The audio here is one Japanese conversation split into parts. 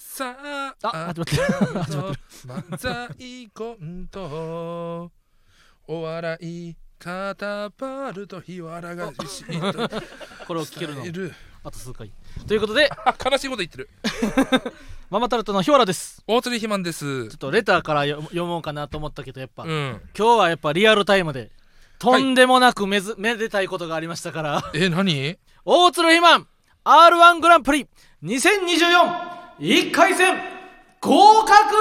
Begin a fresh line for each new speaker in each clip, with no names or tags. さあ、
あ、待って待って。 始まってる。
漫才コントお笑いカタパルト日わらがじしんと
これを聞けるの
い。る
あと数回。ということで、
あ悲しいこと言ってる
ママタルトの日原です。
大鳥ひまんです
ちょっとレターから読読もうかなと思ったけど、やっぱ、
う
今
ん
日はやっぱリアルタイムで、とんでもなくめず、めでたいことがありましたから、
え何
大鶴ひまん、R1 グランプリ2024、1回戦、合格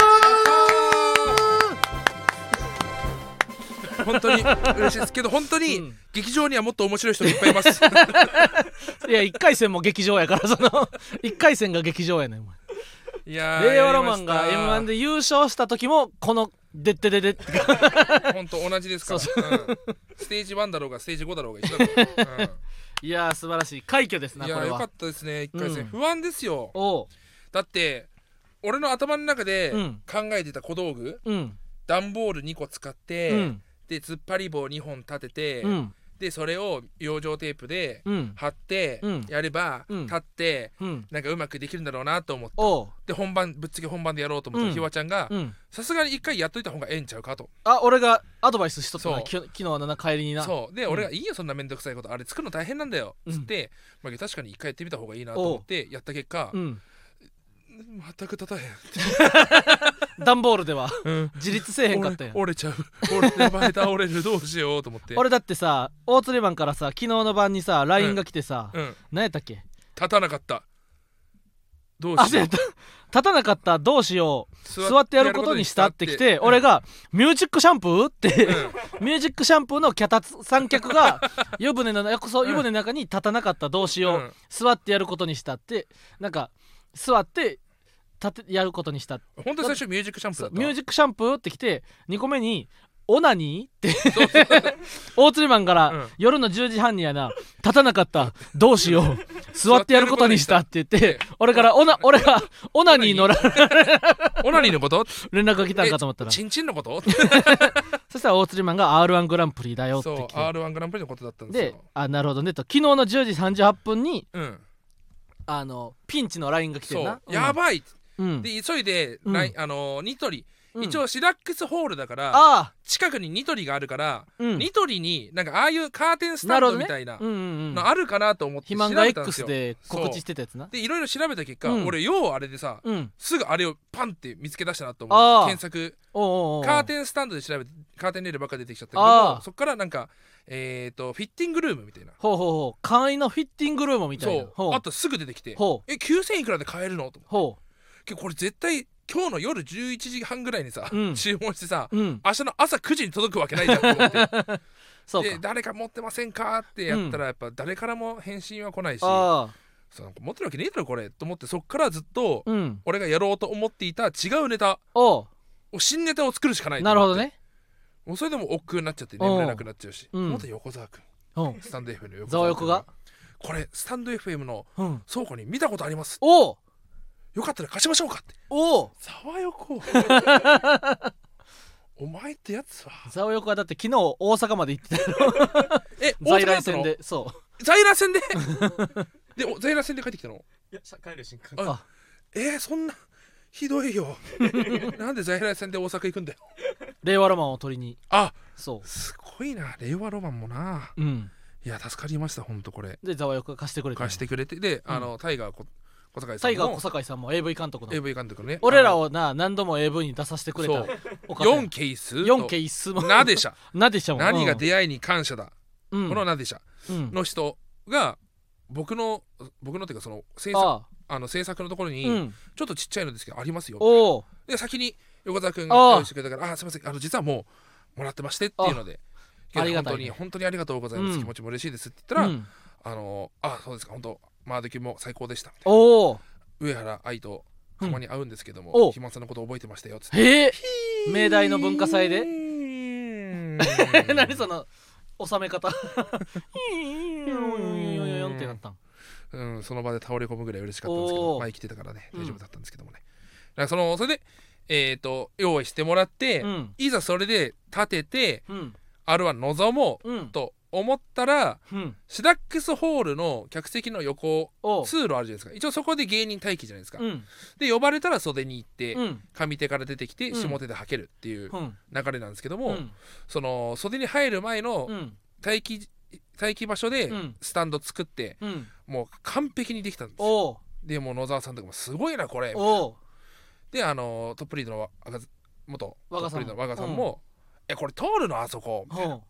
本当に嬉しいですけど本当
う
に
ん
劇場にはもっと面白い人がいっぱいいます
いや、1回戦も劇場やから、その、1回 戦が劇場やねん。お前
いやー
令和ロマンが
やり
m
ま
1で優勝した時もこのでってででって
した本当同じですからうんステージ1だろうがステージ5だろうが一緒だろう が、
いやー素晴らしい快挙です
うん
ないこ
や
れ
ーよか
は
ったですね1回戦、
うん
不安ですよ
おう
だって俺の頭の中で
うん
考えてた小道具
うん
段ボール2個使って、
うん
で突っ張り棒2本立てて、
うん
でそれを養生テープで
うん
貼って
うん
やれば、
うん
立って
うん
なんかうまくできるんだろうなと思って
おう
で本番ぶっつけ本番でやろうと思ったら、
うん
ひわちゃんが
うん
さすがに一回やっといた方がええんちゃうかと
あ俺がアドバイスしとったな
そう
き昨日のな帰りにな
そうで、
うん
俺が「いいよそんなめんどくさいことあれ作るの大変なんだよ」
うん
つって、まあ、確かに一回やってみた方がいいなと思ってやった結果、
ん
全く立たへん、
段ボールでは
うん、
自立せえへんかったやん
折れちゃう俺やばい倒れるどうしようと思って
俺だってさ大釣りマンからさ昨日の晩にさ LINE が来てさ、
うん
何やったっけ
立たなかったどう
あ
し
そう
よう
やった立たなかったどうしよう座ってやることにしたってきて、俺
が、
が「ミュージックシャンプー?」って、
うん
ミュージックシャンプーの脚立三脚が湯船の中そう
うん
湯船の中に立たなかったどうしよ
う
う、
ん
座ってやることにしたってなんか座って立てやることにした
本当に最初ミュージックシャンプーだ
そう
った
ミュー
ジ
ジックシャンプーってきて2個目に「オナニー?」って大釣りマンから、
うん
夜の10時半にやな立たなかったどうしよ う座ってやることにしたって言って俺からオナ俺がオナニーのら
オナニーのこと
連絡が来たんかと思ったら
チンチンのこと
そしたら大釣りマンが r 1グランプリだよって
そう
来て
R1 グランプリのことだったんです
で
よ、
あなるほどねと昨日の10時38分に
うん、
あのピンチの LINE が来て
そ
んな
う、やばい、
うん、
で急いで、
うん
ラインあのーニトリ、
うん
一応シラックスホールだから
ああ
近くにニトリがあるから、
うん
ニトリになんかああいうカーテンスタ
な
ン
るほ
ド
どね
みたいな
うんうんうん
のあるかなと思って
肥
調
満が
べたんです
X
よ
で告知してたやつな
でいろいろ調べた結果、
うん
俺ようあれでさ
うん
すぐあれをパンって見つけ出したなと
あ
思
ー
う検索
おうおうおう
カーテンスタンドで調べてカーテンレールばっか出てきちゃったけど
あ
も
ー
そっからなんかえっ、とフィッティングルームみたいな
ほうほうほう簡易のフィッティングルームみたい
そ
な
う
ほう
あとすぐ出てきて
ほう
え9000いくらで買えるのと思
ほ
ってこれ絶対今日の夜11時半ぐらいにさ、
うん
注文してさ
ううん
明日の朝9時に届くわけないじゃんと思って
そう
で
か
誰か持ってませんかってやったらやっぱ誰からも返信は来ないし、
ああ
そう持ってるわけねえだろこれと思ってそっからずっと
うん
俺がやろうと思っていた違うネタ
おう
を新ネタを作るしかないと
なる
思っ
ほ
て
どね
もうそれでも億劫になっちゃって眠れなくなっちゃうし、
うん
元横澤君
うん
スタンド FM の横
ザワ横が
これスタンド FM の
うん
倉庫に見たことあります
おう
よかったら貸しましょうかって
おう
ザワ 横お前ってやつは
ザオ横はだって昨日大阪まで行ってた
え大阪
在来
だ
線
ったの
でそう
在来線で でお在来線で帰ってきたの
いや、しゃ帰る瞬間。
あえー、そんなひどい よなんで在来線で大阪行くんだよ
令和ロマンを取りに
あ
そ
すごいな令和ロマンもな
ううん
いや助かりましたほんとこれ
でザワ横が貸してくれたの
貸してくれてで、あのタイガーこ小坂井さ
タ
ん
イガー
の
小坂井さんも AV 監督の
AV 監督のね
俺ら
を
をな何度も AV に出させてくれ
そ
た
う
お方や
4ケース
4件一数も
なでしゃ
なでしゃもん
何が出会いに感謝だ、
うん
このなでしゃ
うん
の人が僕の僕のっていうかその制作あ
あ
の制作のところ
あ
に、
うん
ちょっとちっちゃいのですけどありますよ
おお
で先に横澤君が
ああ
用意してくれたから「あすいませんあの実はもうもらってまして」っていうので「けど
ありがたい
本当に本当にありがとうございます、
うん
気持ちも嬉しいです」って言った
う
ら「
ん
あのあそうですか本当マードキも最高でした」みたいな
おお
上原愛とたまに会うんですけど
うんお
も
う
肥満さんのこと覚えてましたよ」っつって
へえ明大の文化祭で
うーん
何その収め方ってなったん
うん、その場で倒れ込むぐらい嬉しかったんですけど
おー
まあ生きてたからね
うん
大丈夫だったんですけどもね、だからそのそれでえっ、と用意してもらって、
うん
いざそれで立てて
うん
R1 望もう
うん
と思ったら
うん
シダックスホールの客席の横
おう
通路あるじゃないですか一応そこで芸人待機じゃないですか、
うん
で呼ばれたら袖に行って、
うん
上手から出てきて
うん
下手で吐けるっていう
うん
流れなんですけど
う
も、
ん
その袖に入る前の
うん
待機待機場所で
うん
スタンド作って、
うん
もう完璧にできたんですよ
おう
でもう野沢さんとかもすごいなこれ
おう
であのトップリードの若元ト
若さん
ップリードの若さんも「えこれ通るのあそこ」って
おう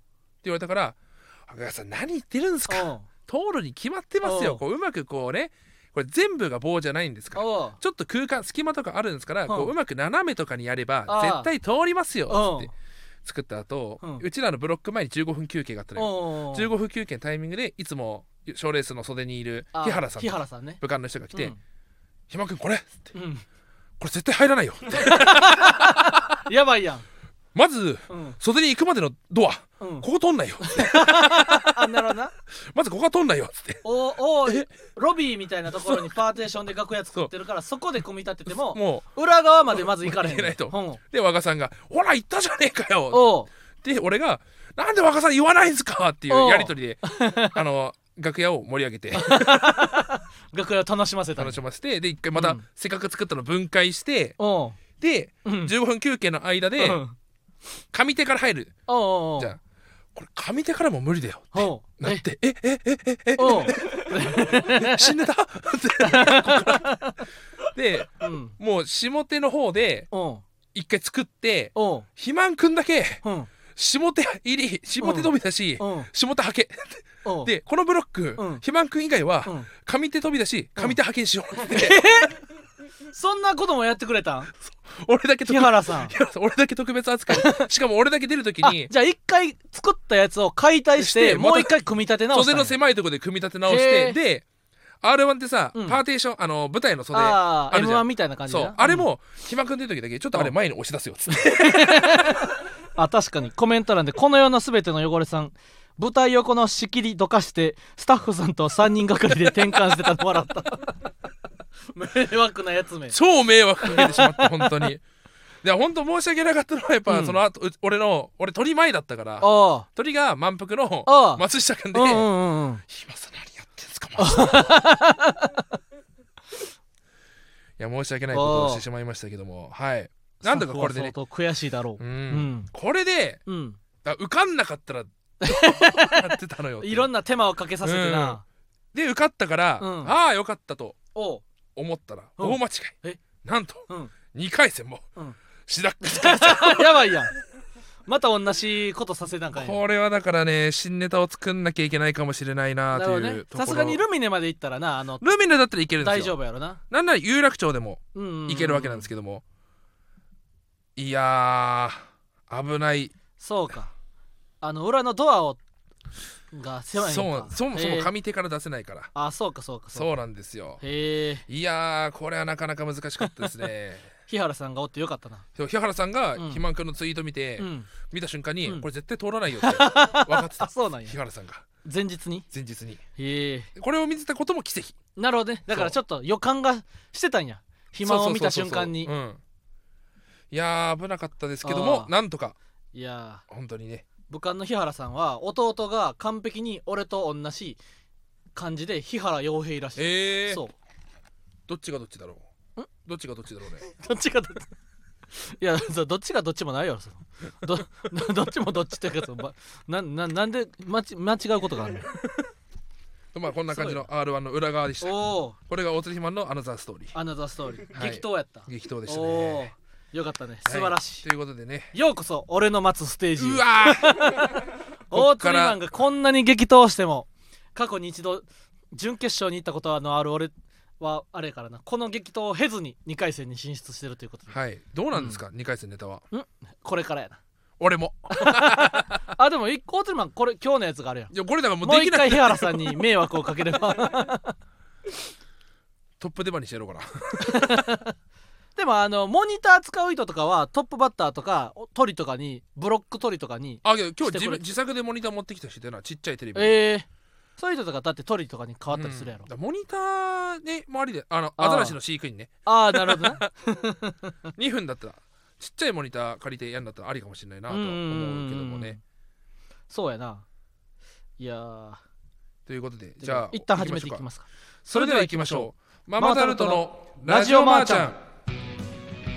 言われたから「若さん何言ってるんですか
おう
通るに決まってます
お
よ
う
こううまくこうねこれ全部が棒じゃないんですから
おう
ちょっと空間隙間とかあるんですから
ん
こううまく斜めとかにやれば
ああ
絶対通りますよ」つって作った後
うん
うちらのブロック前に15分休憩があったのよ
おう
15分休憩のタイミングでいつも賞レースの袖にいる
あ
日原さん
日
と
原さんね
部下の人が来
う
て
ん
「ひまくんこれ!」って
うん
「これ絶対入らないよ」って
やばいやん
まず
うん
袖に行くまでのドア
うん
ここ通んないよ
あなるほどな
まずここは通んないよって
おおロビーみたいなところにパーテーションで楽屋作ってるからそこで組み立てても
も
裏側までまず行かれへん
行けないと
うん
うで若さんが「ほら行ったじゃねえかよ」
おう
で俺が「なんで若さん言わないんすか!」ってい
お
う
う
やり取りで あの楽屋を盛り上げて
楽屋を楽しませた
楽しませてで一回また、
うん
せっかく作ったの分解して
おう
で
うん
15分休憩の間で
うん
上手から入る
おうおうおう
じゃあこれ上手からも無理だよ
おう
なってえええええ
おう
え死んでた ってここからで
うん
もう下手の方で
おう
一回作って
おう
肥満くんだけ
うん
下手入り下手飛びだし
おう
下手はけ
おう
でこのブロック
うん
肥満くん以外
う
は
ん
上手飛びだし
うん
上手派遣しよ うって
そんなこともやってくれたん
俺だけ特
日原さん
日原さん 俺だけ特別扱いしかも俺だけ出るとき
あ
に
じゃあ一回作ったやつを解体し
して
て
また
もう一回組み立て直した
袖
んや
の狭いところで組み立て直して
へー
で R1 ってさ、
うん
パーテーションあの舞台の袖
ああ
あるじゃん
M1 みたいな感じ
そ
な
うあれも暇くん出る時だけちょっとあれ前に押し出すよっつって
あ確かにコメント欄でこの世のすべての汚れさん舞台横の仕切りどかしてスタッフさんと3人がかりで転換してたの笑った迷惑なやつめ
超迷惑かけてしまった本当 にで本当申し訳なかったのはやっぱ、
うん
その後う俺の俺鳥前だったから
おう
鳥が満腹の
ああ
松下くんで
うんうん
「
うんうん
暇さん何やってんすか松下いや申し訳ないことをしてしまいましたけどもはいなんだかこれでね
スタッフは相当悔しいだろう
う
うんん
これで
うん
だ受かんなかったらどうなってたのよっていう
いろんな手間をかけさせてな
で受かったから、
うん
ああよかったと
おう
思ったら
うん
大間違い、
え
なんと
うん
2回戦も、
うん
シダックス
やばいやんまた同じことさせなあかんやん
これはだからね新ネタを作んなきゃいけないかもしれないな
な
とい
るほ
う
どね
ところ
さすがにルミネまで行ったらなあの
ルミネだったらいけるんですよ
大丈夫やろな
なんなら有楽町でも
うんうんうん
いけるわけなんですけども、いやー危ない
そうかあの裏のドアをが狭いんか
そうそもそ
へ
も
え
上手から出せないから、
あそうかそうかそうか
そうなんですよ
へえ
いやーこれはなかなか難しかったです ね
日原さんがおってよかったな
そう日原さんが
うん
肥満君のツイート見て、
うん
見た瞬間に、
うん
これ絶対通らないよって分かって
あ
た
そうなんや
日原さんが
前日に
前日に
へえ
これを見てたことも奇跡
なるほどねだからちょっと予感がしてたんや暇を見た瞬間に
そうそうそうそううんいやー危なかったですけども
あー
なんとか
いや
本当にね
ー武漢の日原さんは弟が完璧に俺と同じ感じで日原洋平らしい
え
そう
どっちがどっちだろうんどっちがどっちだろうね
どっちがどっち いやそうどっちがどっちもないよそのどど どっちもどっちっていうかそのばなななんで間ち間違うことがあるの
とまあこんな感じの R1 の裏側でした
おお
これが大鶴ひまんのアナザーストーリー
アナザーストーリー、
はい
激闘やった
激闘でした
おお
ね
ーよかったね
は
素晴らしい、
ということでね
ようこそ俺の待つステージへ
うわ ーこっ
大
か
釣
ら
りマンがこんなに激闘しても過去に一度準決勝に行ったことのある俺はあれやからなこの激闘を経ずに2回戦に進出してるということで、
はいどうなんですか2回戦ネタは
これからやな
俺も
あでもい大釣りマンこれ今日のやつがあるやん
いやこれだからもう
もう
で
一
きな
回
い
日原さんに迷惑をかければ
トップ出番にしてやろうかな
でもあのモニター使う人とかはトップバッターとかお鳥とかにブロック鳥とかに
あけど今日
して
自
これ
分自作でモニター持ってきた人いたなちっちゃいテレビ
ええそういう人とかだって鳥とかに変わったりするやろ、
うんだからモニターね周りであの
あー
アザラシの飼育員ね
ああなるほど な
2分だったらちっちゃいモニター借りてやんだったらありかもしれないなとは思うけども
うんうんうん
ね
そうやないやー
ということでじゃあ
一旦始めてい
行
きますすか
それでは行きましょうマ
マ
マ
マ
タ
タ
ル
ル
ト
ト
の
の
ラ
ラ
ジ
ジ
オ
オ
マ
マ
ー
ー
ち
ち
ゃ
ゃ
ん
ん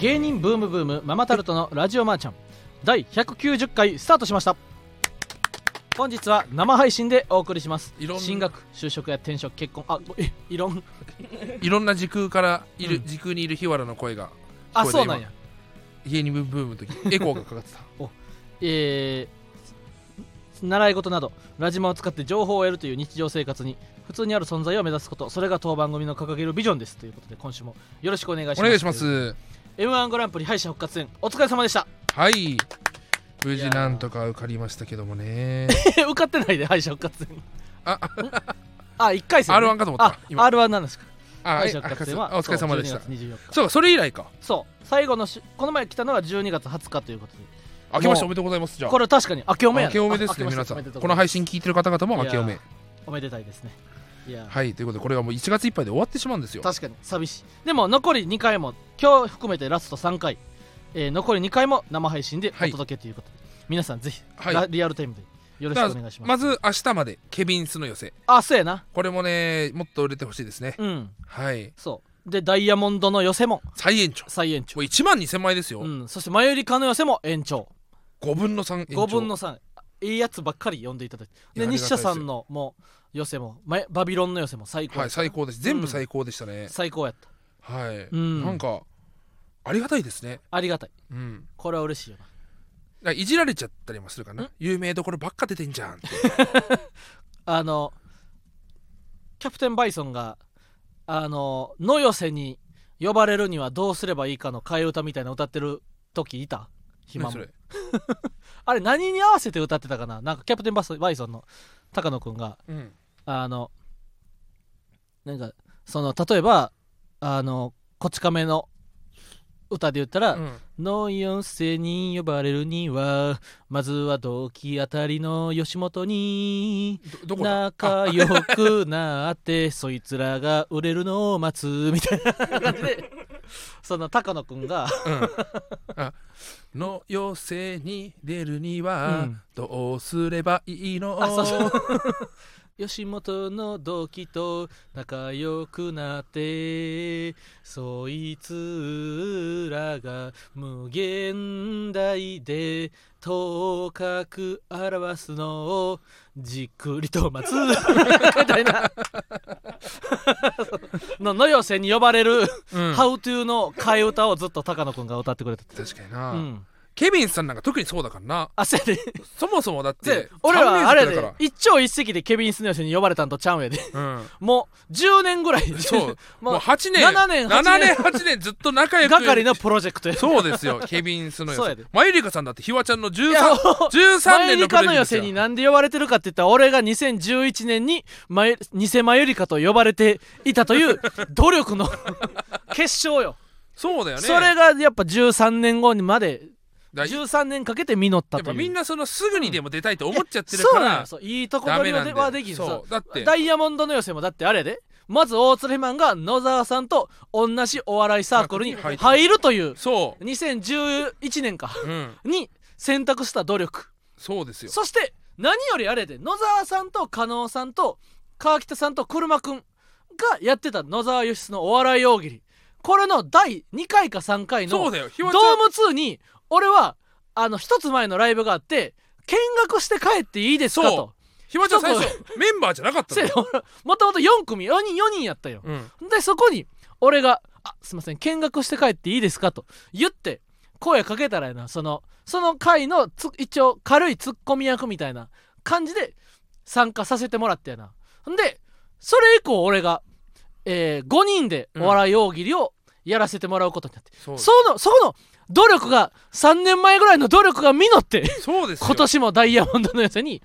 芸人ブームブームママタルトのラジオマーちゃん第190回スタートしました本日は生配信でお送りします
いろんな
進学就職や転職結婚あえいろん
いろんな時空からいる、
うん
時空にいる日原の声が
あ
聞こえた
そうなんや
家にブームブームの 時エコーがかかってた
えー習い事などラジマを使って情報を得るという日常生活に普通にある存在を目指すことそれが当番組の掲げるビジョンですということで今週もよろしくお願いします
お願いします
m 1グランプリ敗者復活戦お疲れ様でした
はい無事なんとか受かりましたけどもね
受かってないで敗者復活戦
あ
あ一1回戦、ね、
R1 かと思った
あ
今
R1 なんですか
あ
敗者
えあ
復活戦は
あお疲れ様でし
そう
た
12月24日
そうかそれ以来か
そう最後のしこの前来たのが12月20日ということで
明けましておめでとうございますじゃあ
これ確かに明けおめや
明
な
けおめですね
あ明けま
皆
して
さ
おめ
ん
でとう
こ
ご
の
ざいま
配
す
信聞いてる方々も明けおめ
おめでたいですねいやー
はいということでこれがもう1月いっぱいで終わってしまうんですよ
確かに寂しいでも残り2回も今日含めてラスト3回、えー残り2回も生配信でお届けということで、皆さんぜひ、
はい
ラリアルタイムでよろしくお願いします
まず明日までケビンスの寄せ
あそうやな
これもねもっと売れてほしいですね
うん
はい
そうでダイヤモンドの寄せも
再延長
再延長
もう1万2000枚ですよ、
うん、そして前よりかの寄せも延長
5分の3延長
5分の3いいやつばっかり読んでいただいて
い
で
やありがたいです
日社さんのもう寄せもまバビロンの寄せも最高、
はい最高です全部最高でしたね、
最高やった
はい、
ん
なんかありがたいですね
ありがたい
うん
これは嬉しいよな
なんかいじられちゃったりもするかな有名どころばっか出てんじゃんって
あのキャプテンバイソンがあの野寄せに呼ばれるにはどうすればいいかの替え歌みたいなの歌ってる時いた
何
暇も
それ
あれ何に合わせて歌ってたかななんかキャプテンバイソンバイソンの高野くんが
うん
あのなんかその例えばあのこち亀の歌で言ったら、
うん
の寄せに呼ばれるにはまずは同期あたりの吉本に
どどこだ
仲良くなってそいつらが売れるのを待つみたいな感じ でその高野くんが
の寄せに出るには、
うん
どうすればいいの
あそうそう 吉本の同期と仲良くなってそいつらが無限大で頭角表すのをじっくりと 待つみたい なのの寄せに呼ばれる
うん
ハウトゥーの替え歌をずっと高野くんが歌ってくれてて。
確かにな、
うん。
ケビンさんなんか特にそうだからな
あ、せや で。
そもそもだっ
せやで
て
俺はあれや
三年生
で
だか、
一朝一夕でケビン・スネオシに呼ばれたんとちゃう んやで。
ら、
もう10年ぐらい。
うん、そうも
も
う
う、
8年
7年8
7年
年
8年ずっと仲良く
がかりのプロジェクトや。
そうですよケビンスの
そう
寄
や
せ
で
マユリカさんだってひわちゃんの
いや
13 13
マユ
年
リ
の
カの寄
です
せ
よ
になんで呼ばれてるかって言ったら俺が2011年にマユ偽マユリカと呼ばれていた という努力の 結晶よ
そうだよね
それがやっぱ13年後にまで
だや
13年かけて実った
っ
と
ぱ
いう
みんなそのすぐにでも出たいと思っちゃってる
そう
か
なん
ら
よそういいとこ
ダ
取
メなん
り
だよ
はできん
そうだって
ダイヤモンドの寄せもだってあれやでまず大鶴肥満が野沢さんと同じお笑いサークルに
サークルに
入るという
そ
2011年か
ううん
に選択した努力
そうですよ
そして何よりあれやで野沢さんと加納さんと川北さんと車くんがやってた野沢義のお笑い大喜利これの第2回か3回の
そうだよひ
ド
わ
ー
ちゃん
ム2に俺はあの一つ前のライブがあって見学して帰っていいですか
そう
と
ひわちゃん最初メンバーじゃなかった
せ
の
や俺もともと4組4人4人やったよ、
うん
でそこに俺が「あすいません見学して帰っていいですか?」と言って声かけたらやなそのその回のつ一応軽いツッコミ役みたいな感じで参加させてもらったやなんでそれ以降俺が、え5人でお笑い大喜利をやらせてもらうことになって、
そう
そのそこの努力が3年前ぐらいの努力が実って
そうですよ
今年もダイヤモンドの寄せに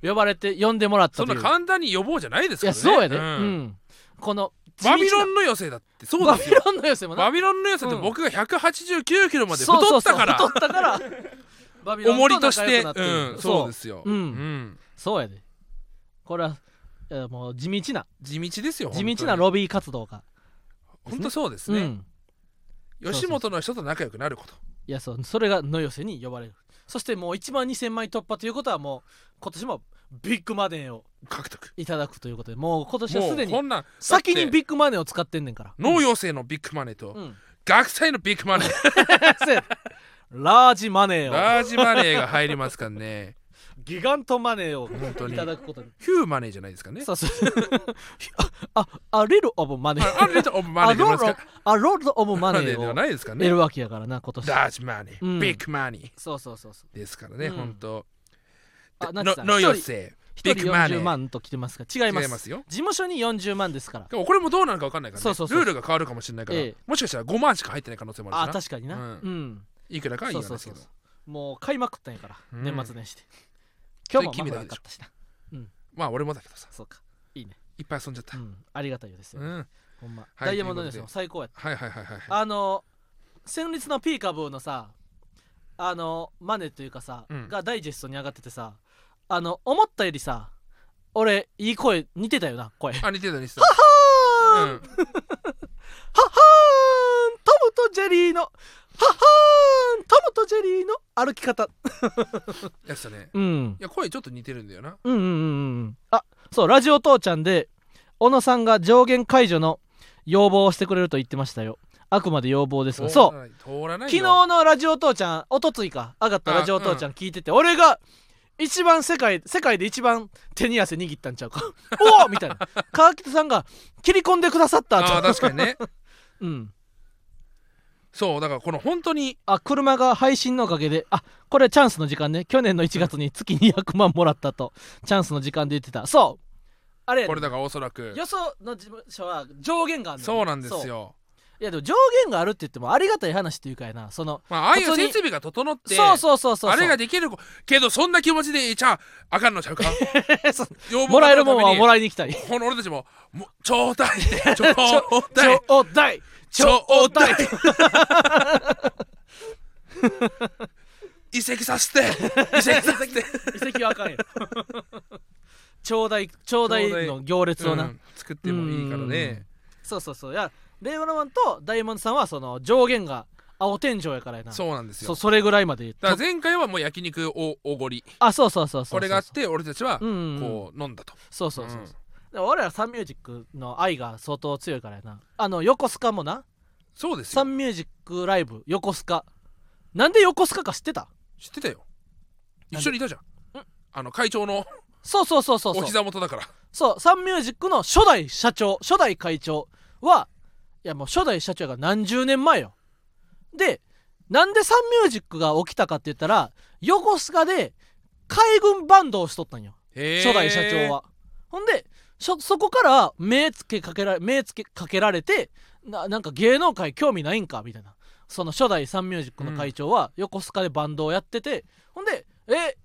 呼ばれて呼んでもらったと
そ
い
ん
う
な簡単に予防じゃないです
い
から
や
ね
そうやで、うん
ん
この
バビロ
ン
ンの寄せだってそう
バ
です
ビ
よ
ロンの寄せもな
バビロンの寄せって僕が189キロまで
そう
太
そう
った
そう
から
太ったからバビロン
重り
と
とし
仲良
て
くなって
うんそうですよ
うん
ん
そうやでこれはいやもう地道な
地道ですよ
地道なロビー活動が
本当そうですね、
うんそうそう
吉本の人と仲良くなること
いやそうそれが野寄せに呼ばれるそしてもう1万2000枚突破ということはもう今年もビッグマネーを
獲得
いただくということでもう今年は
も
すで
う
に
こんなん
先に
だって
ビッグマネーを使ってんねんから
農業生のビッグマネーと、
うん
学生のビッグマネー
そうやラージマネーを
ラージマネーが入りますからね。
ギガントマネーを
本当
い
に。
ただくことに
ヒューマネーじゃないですかね。
そう そうああレルオブマネー
あれでオブマネ
あ
ーで
ロ
ます
ロ
か
あロルドオブマ
マ
ネ
ネー
ー
では
を
ないですから
得
ね。
るわけやからな今年
ラージマネ
うん
ー、ビッグマネー
そうそうそうそう
ですからね、
うん
本当。
あ
の
なっちさん
のよ
一人
せ。
一
ビ
人
ッグマネ
40
ー。
万と来てますが違います
違いますよ
事務所に40万ですから
でもこれもどうなるか分かんないからね。
そう
ル
そうそう
ールが変わるかもしれないから
ええ、
もしかしたら5万しか入ってない可能性もあ
あ
るしな。
確かにな
うん
うん
いくらかは
そ
言
う
わない
そう
です
そ
け
う
ど。
もう買いまくったんやから
うん
年末年始で今日も
それ君
まだ
ら
な
でし
か
ょ
ったしな
まあ俺もだけどさ、
そうかいいね
いっぱい遊んじゃった
う。んありがたいですよ
うん。
ほんま
はい
ダイヤモンドニュー
とい
ス
う
も
こ
最高やった
はいはいはいはい。
あの先日のピーカブーのさあのマネというかさ
うん
がダイジェストに上がっててさあの思ったよりさ俺いい声似てたよな声
あ、似てた似てた。
は
う
ー
ん
んははーんトムとジェリーのははーんトムとジェリーの歩き方
やってたね。
うん
いや、声ちょっと似てるんだよな。
うんうんうんうんあそうラジオ父ちゃんで小野さんが上限解除の要望をしてくれると言ってましたよあくまで要望ですがそう
う。通らない
昨
よ。
日のラジオ父ちゃんおとついか上がったラジオ父ちゃん聞いてて、俺が一番世界世界で一番手に汗握ったんちゃ うかおおみたいな川北さんが切り込んでくださった
ああ、
と
確かにね。
うん
そうだからこの本当に
あ車が配信のおかげであこれチャンスの時間ね去年の1月に月200万もらったとチャンスの時間で言ってたそうあれやね
これだからおそらく
よその事務所は上限がある
そうなんですよ
いやでも上限があるって言ってもありがたい話っていうかやなその
まあああい
普
う
通に
設備が整って
そうそうそうそう
あれができるけどそんな気持ちでいちゃあかんのちゃう か
そう
要望
もらえるもんはも
ら
らいに来たり
この俺たちももちょうだい ってちょうだい
ちょうだい。
ちょうだい移籍させ て移籍させて
移籍はあかんよ ちょうだいちょうだいの行列をな、
うん作ってもいいからね
そうそうそういや令和のマンとダイヤモンドさんはその上限が青天井やからやな
そうなんです
そ
よ
それぐらいまで言っ
だ
た
から前回はもう焼肉おおごり
あそうそうそうそうそう
これがあって俺たちは
うんうんうん
こう飲んだと
そうそうそうそ
う
う
ん
でも俺らサンミュージックの愛が相当強いからやなあの横須賀もな
そうです
サ
よ
ンミュージックライブ横須賀なんで横須賀か知ってた
知ってたよ
なんで
一緒にいたじゃんあの会長の
そうそうそうそうそ
お
う
膝元だから
そうサンミュージックの初代社長初代会長はいやもう初代社長が何十年前よでなんでサンミュージックが起きたかって言ったら横須賀で海軍バンドをしとったんよ
へー
初代社長は、ほんでしょそこから目つけかけられ目つけかけられてななんか芸能界興味ないんかみたいなその初代サンミュージックの会長は横須賀でバンドをやってて、ほんで「え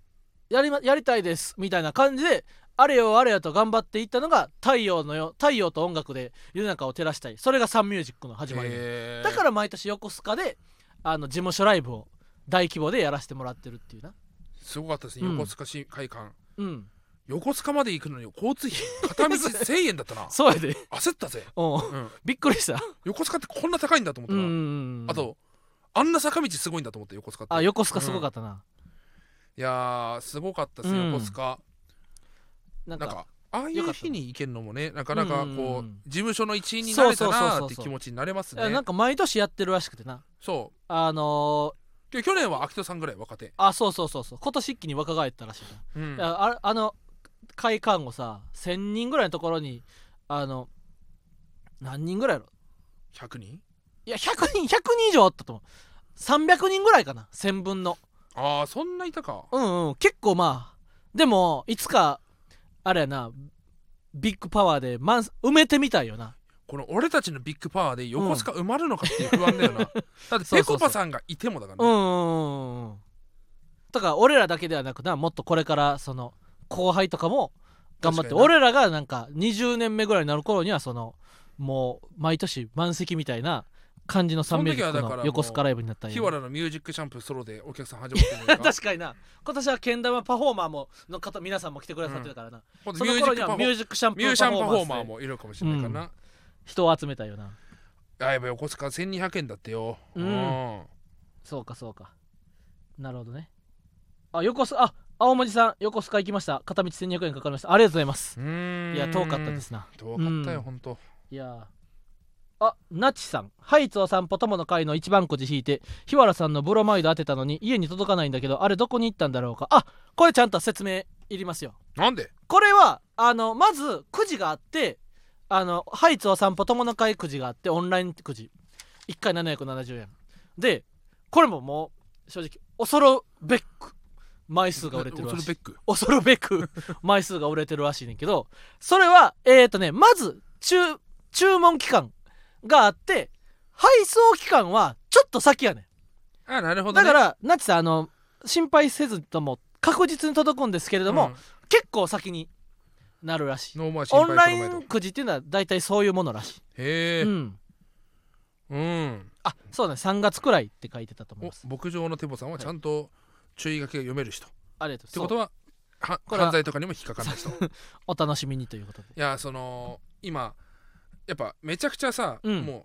やりまやりたいです」みたいな感じであれよあれよと頑張っていったのが太陽のよ太陽と音楽で世の中を照らしたりそれがサンミュージックの始まり、
へー
だから毎年横須賀であの事務所ライブを大規模でやらせてもらってるっていうな
すごかったですね
うん
横須賀市会館
うん
横須賀まで行くのに交通費片道1000円だったな
そうやで
焦ったぜ
おう
うん
びっくりした
横須賀ってこんな高いんだと思った
うんう
な
んうん
あとあんな坂道すごいんだと思って横須賀っ
あ
て
横須賀すごかったな、
いやーすごかったです
う
ね
ん
横須賀
なんか
なんかああい
よか
う
った
日に行けるのもねなかなか
うんうんう
こ
ん
う事務所の一員になれたな
そうそうそうそう
ーって気持ちになれます
いやな
ね
んか毎年やってるらしくてな
そう
あの
で去年は秋人さんぐらい若手
ー、あそうそうそうそう今年一気に若返ったらしいな、
うん
いやああの会館をさ1000人ぐらいのところにあの何人ぐらいやろ
100人
いや100人100人以上あったと思う300人ぐらいかな1000分の
ああそんないたか
うんうん結構まあでもいつかあれやなビッグパワーでマンス埋めてみたいよな
この俺たちのビッグパワーで横須賀埋まるのかっていう不安だよ な、だって
そう
ペ
そうそ
コ
う
パさんがいてもだから
うん
ね
うんうんうんだから俺らだけではなくなもっとこれからその後輩とかも頑張っ
確か
て
にな
俺らがなんか20年目ぐらいになる頃にはそのもう毎年満席みたいな感じのサンミュージッ
その時
ク
はだから
の
もう
横須賀ライブになったんや
日原のミュージックシャンプーソロでお客さん始まってるのが
確かにな今年はけん玉パフォーマーもの方皆さんも来てくださってるからな、
ほんと
そ
ミ
の
ュージッ
頃に
クパフ
はミ
ォ
ュ
ー
ージックシャンプ
ミュー
ー
ジシャ
パ
ン
フ
パフォー
ォー
マ
マ
ー
ーも
もいるかもしれないかな、
人を集めたよな
あやっぱ横須賀1200円だってよ
うん
ん
そうかそうかなるほどねあ横須賀あ青森さん横須賀行きました片道1200円かかりましたありがとうございます
うーん
いや遠かったですな
遠かった
う
よ
ん
ほんと
いやーあナチさんハイツお散歩友の会の一番くじ引いて日原さんのブロマイド当てたのに家に届かないんだけどあれどこに行ったんだろうかあこれちゃんと説明いりますよ
なんで
これはあのまずくじがあってあのハイツお散歩友の会くじがあってオンラインくじ1回770円でこれももう正直恐るべく枚数が売れてるらしい
恐ベック
恐るべく 枚数が売れてるらしいねんけどそれはえっ、ー、とねまず注注文期間があって配送期間はちょっと先やね
あなるほ
ん
ど、
だ
ね、
からなちさんあの心配せずとも確実に届くんですけれども、
うん
結構先になるらしい
ノーマー心
オンラ
配す
イ
る前
ン
と
くじっていうのは大体そういうものらしい、
へえ
うん、
うん
あそうだね3月くらいって書いてたと思い
お
ます
牧場のテボさんはちゃんと注意書きが読める人、
ありがとう
って
ご
こ
ざい
と
ます
はは
これは
犯罪とかにも引っかかんない人い
そうお楽しみにということで
やその今やっぱめちゃくちゃさ、
うん
もう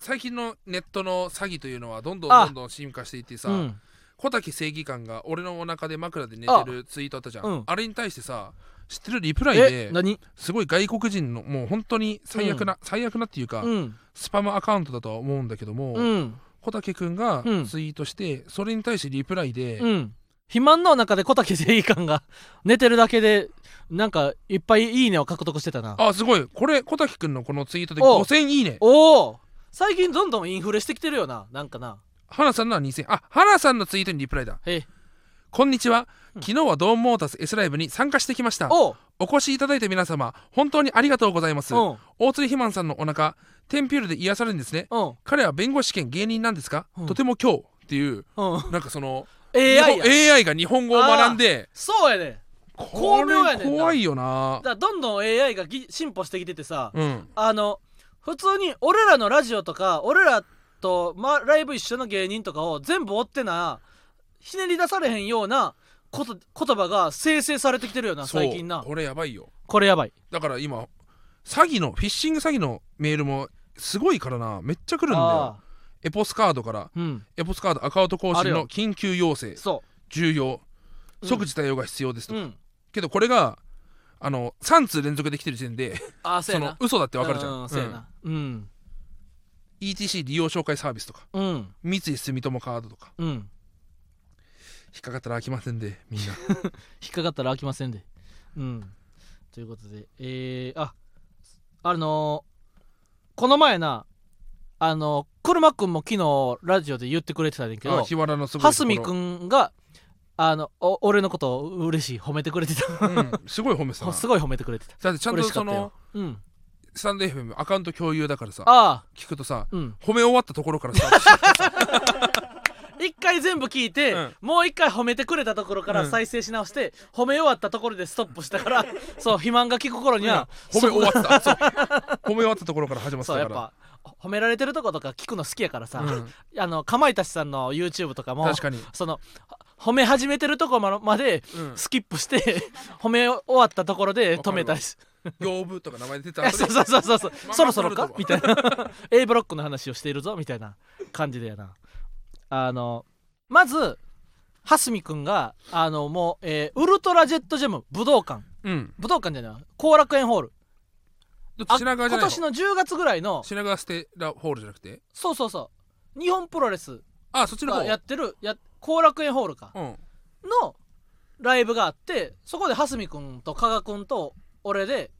最近のネットの詐欺というのはどんどん
あ
どんどん進化していってさ、
うん
小滝正義感が俺のお腹で枕で寝てるツイートあったじゃんあ,、
うん
れに対してさ知ってるリプライ
え
で
何
すごい外国人のもう本当に最悪な、最悪なっていうか、
うん
スパムアカウントだとは思うんだけども、
うん
小竹くんが
うん
ツイートして、それに対してリプライで、
うん。肥満の中で小竹正義感が 寝てるだけで、なんかいっぱいいいねを獲得してたな。
あすごいこれ小竹くんのこのツイートで
おう
5000いいね
おお最近どんどんインフレしてきてるよな。なんかな。
花さんのは2000あ花さんのツイートにリプライだ
へい。
こんにちは
うん
昨日はドーンモータス S ライブに参加してきました
おう
お越しいただいた皆様本当にありがとうございます
うん。
大鶴ひまんさんのお腹テンピュールで癒されるんですね
うん。
彼は弁護士兼芸人なんですか、
うん
とても今日っていう
うん。
なんかその
AI や。
AI が日本語を学んで
そうやね。
こ
巧妙や
れ
ねんな
怖いよな
だからどんどん AI がぎ進歩してきててさ、
うん
あの、普通に俺らのラジオとか、俺らと、ま、ライブ一緒の芸人とかを全部追ってな、ひねり出されへんようなこと言葉が生成されてきてるよな、
そう
最近な。
これやばいよ
これやばい。
だから今詐欺のフィッシング詐欺のメールもすごいからなめっちゃ来るんだよ
あ
エポスカードから
あうん。
エポスカードアカウント更新
ある
の
よ
緊急要請
そ
重要
う
即時対応が必要ですと、
う。うん。
けどこれがあの3通連続できてる時点で
ああ、
そ
そうや
の
な。
嘘だってわかるじゃん、
うん、そうや
うん
な。うん。
ETC 利用紹介サービスとか
うん。
三井住友カードとか
うん。
引っかかったら飽きませんでみん な
引っかかったら飽きませんで。うん。ということで、えー、あ、あのー、この前な、あのー、車くんも昨日ラジオで言ってくれてたねんけ
あ
ど、
日原のすごい
蓮見く
君、
んが、あの、お俺のことを嬉しい、褒めてくれてた。
うん、すごい褒めてたな
すごい褒めてくれてた。
だってちゃんと
嬉しか
そ
った
の
よ。うん。
スタンド FM アカウント共有だからさ
ああ、
聞くとさ
うん。
褒め終わったところからスタートして
一回全部聞いて、
うん
もう一回褒めてくれたところから再生し直して、褒め終わったところでストップし たからそう肥満が聞く頃には、
褒め終わったそう褒め終わったところから始まって
そうや
た
っ
か
ぱ褒められてるとことか聞くの好きやからさ、
ら、うん、
あのかまいたちさんの YouTube とかも
確かに、
その褒め始めてるとこまで
うん、
スキップして、 褒め終わったところで止めたりし
業務とか名前出てた
そう
後で
そうそうそうそう
まあ
そろそろ
ま
か
あ
みたいな A ブロックの話をしているぞみたいな感じだよなあのまず蓮見くんがあのもう、えーウルトラジェットジェム武道館
うん
武道館じゃないわ後楽園ホールあ
品川じゃな
今
い
年
の
の10月ぐらいの
品川ステラホールじゃなくて
そうそうそう日本プロレス
あそっちの
が
方
やってるや後楽園ホールか
うん
のライブがあってそこで蓮見くんと加賀くんと俺で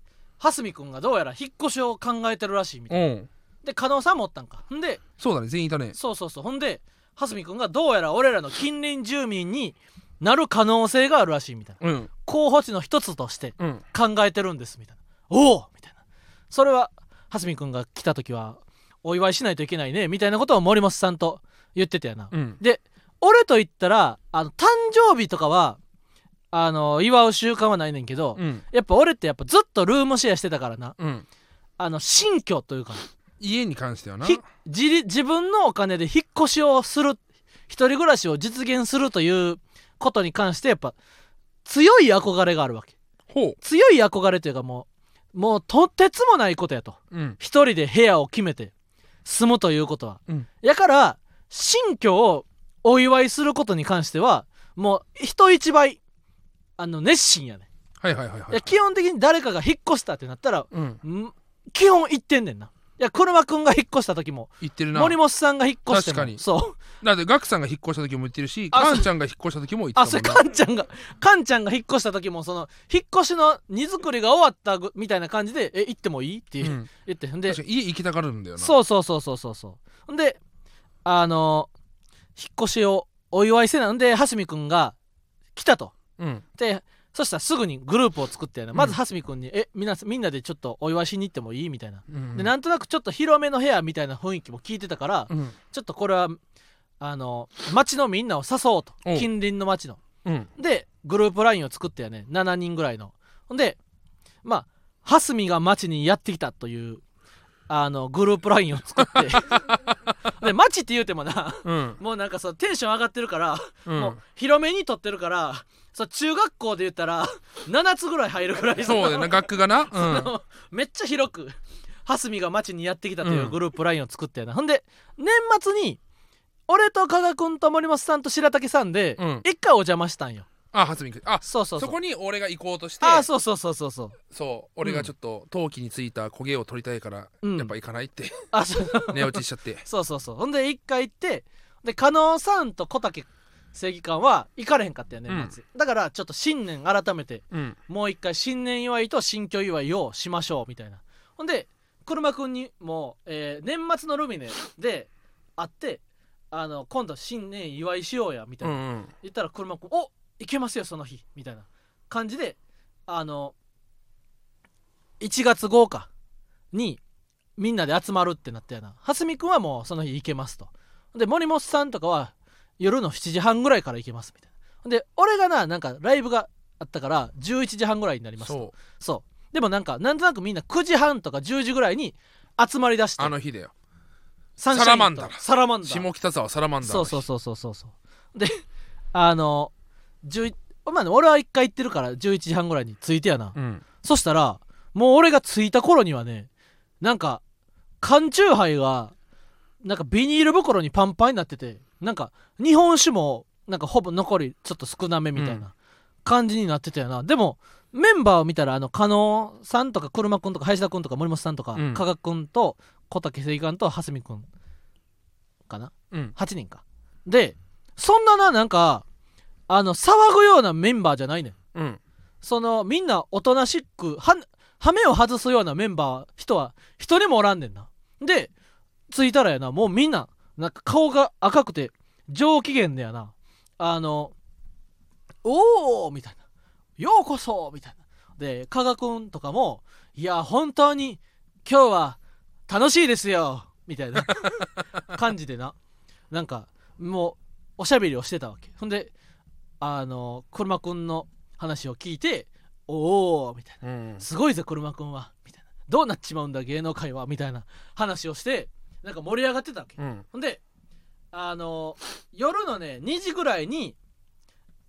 蓮見くんがどうやら引っ越しを考えてるらしいみたい
うん
で加納さんもおったんかんで
そうだね全員いたね
そうそうそうほんで蓮見君がどうやら俺らの近隣住民になる可能性があるらしいみたいな
うん
候補地の一つとして
うん
考えてるんですみたいなおおみたいなそれは蓮見君が来た時はお祝いしないといけないねみたいなことを森本さんと言ってたよな、
うん
で俺と言ったらあの誕生日とかはあの祝う習慣はないねんけど、
うん
やっぱ俺ってやっぱずっとルームシェアしてたからな
うん
あの新居というか
家に関してはな
ひ自立自分のお金で引っ越しをする一人暮らしを実現するということに関してやっぱ強い憧れがあるわけ
ほ
強い憧れというかもうもうとてつもないことやと
ううん
一人で部屋を決めて住むということは、
うん
やから新居をお祝いすることに関してはもう人一倍あの熱心やね、
はいはいはいはい
いや基本的に誰かが引っ越したってなったら、
うん
ん基本行ってんねんないや車くんが引っ越した時も
言ってるな
森本さんが引っ越して
確
も
かに
そう
だってガクさんが引っ越した時も言ってるし
あそう
カンちゃんが引っ越した時も言
あ
って
それ
たもん
カ
な
ンちゃんがカンちゃんが引っ越した時もその引っ越しの荷造りが終わったぐみたいな感じで「え行ってもいい?」っていう、
うん
言ってんで
確かに家行きたがるんだよな
そうそうそうそうそうそうほんであの引っ越しをお祝いせなんで蓮見くんが来たと
うん
でそしたらすぐにグループを作ってやな、まず
うん
蓮見くんに「えみんなみんなでちょっとお祝いしに行ってもいい?」みたいな、
うん
でなんとなくちょっと広めの部屋みたいな雰囲気も聞いてたから、
うん
ちょっとこれはあの町のみんなを誘おうと
おう
近隣の町の
うん
でグループラインを作ってやね7人ぐらいのほんでまあ蓮見が町にやってきたというあのグループラインを作って で町って言うてもな
うん
もうなんかそうテンション上がってるから、
うん
もう広めに撮ってるからそう中学校で言ったら7つぐらい入るぐらいの
そうだよな学区がなうん
のめっちゃ広く蓮見が町にやってきたといううんグループラインを作ってやな、ほんで年末に俺と加賀君と森本さんと白竹さんで
うん
一回お邪魔したんよ、
あ初見くんあ
そうそうそ
そ
う
こに俺が行こうとして
ああそうそうそうそうそう
そう俺がちょっと陶器についた焦げを取りたいから
うん
やっぱ行かないって
あそう
寝落ちしちゃって
そうそうそうほんで一回行ってで加納さんと小竹正義官は行かれへんかったよね、
うん
夏だからちょっと新年改めて
うん
もう一回新年祝いと新居祝いをしましょうみたいなほんで車くんにも、えー年末のルミネで会ってあの今度新年祝いしようやみた
う
い
ん
な、
うん
言ったら車くん「お行けますよその日」みたいな感じであの1月豪華にみんなで集まるってなったよな蓮見くんはもうその日行けますとで森本さんとかは夜の7時半ぐらいから行けますみたいなで俺がななんかライブがあったから11時半ぐらいになりますと
そう
そうでもなんかなんとなくみんな9時半とか10時ぐらいに集まりだして
あの日だよ
サ
サラマンダラ
サラマンダラ
下北沢サラマンダー
そ
の
う
日
そうそうそうそうそうで あの11まあね俺は1回行ってるから11時半ぐらいに着いてやな、
うん
そしたらもう俺が着いた頃にはねなんか缶チューハイがなんかビニール袋にパンパンになっててなんか日本酒もなんかほぼ残りちょっと少なめみたい
うん
な感じになってたよな、でもメンバーを見たらあの加納さんとか車くんとか林田くんとか森本さんとか、
うん
加賀くんと小竹正義君と蓮見くんかな
うん
8人かでそんなななんかあの騒ぐようなメンバーじゃないねん
うん
そのみんなおとなしくは羽目を外すようなメンバー人は一人もおらんねんなで着いたらやなもうみんななんか顔が赤くて上機嫌でやなあの「おお!」みたいな「ようこそ!」みたいなで加賀くんとかも「いや本当に今日は楽しいですよ!」みたいな感じでななんかもうおしゃべりをしてたわけほんであの車くんの話を聞いて「おお!」みたいな
うん
「すごいぜ車くんは」みたいな「どうなっちまうんだ芸能界は」みたいな話をしてなんか盛り上がってたわけ
うん
ほんであの夜のね2時ぐらいに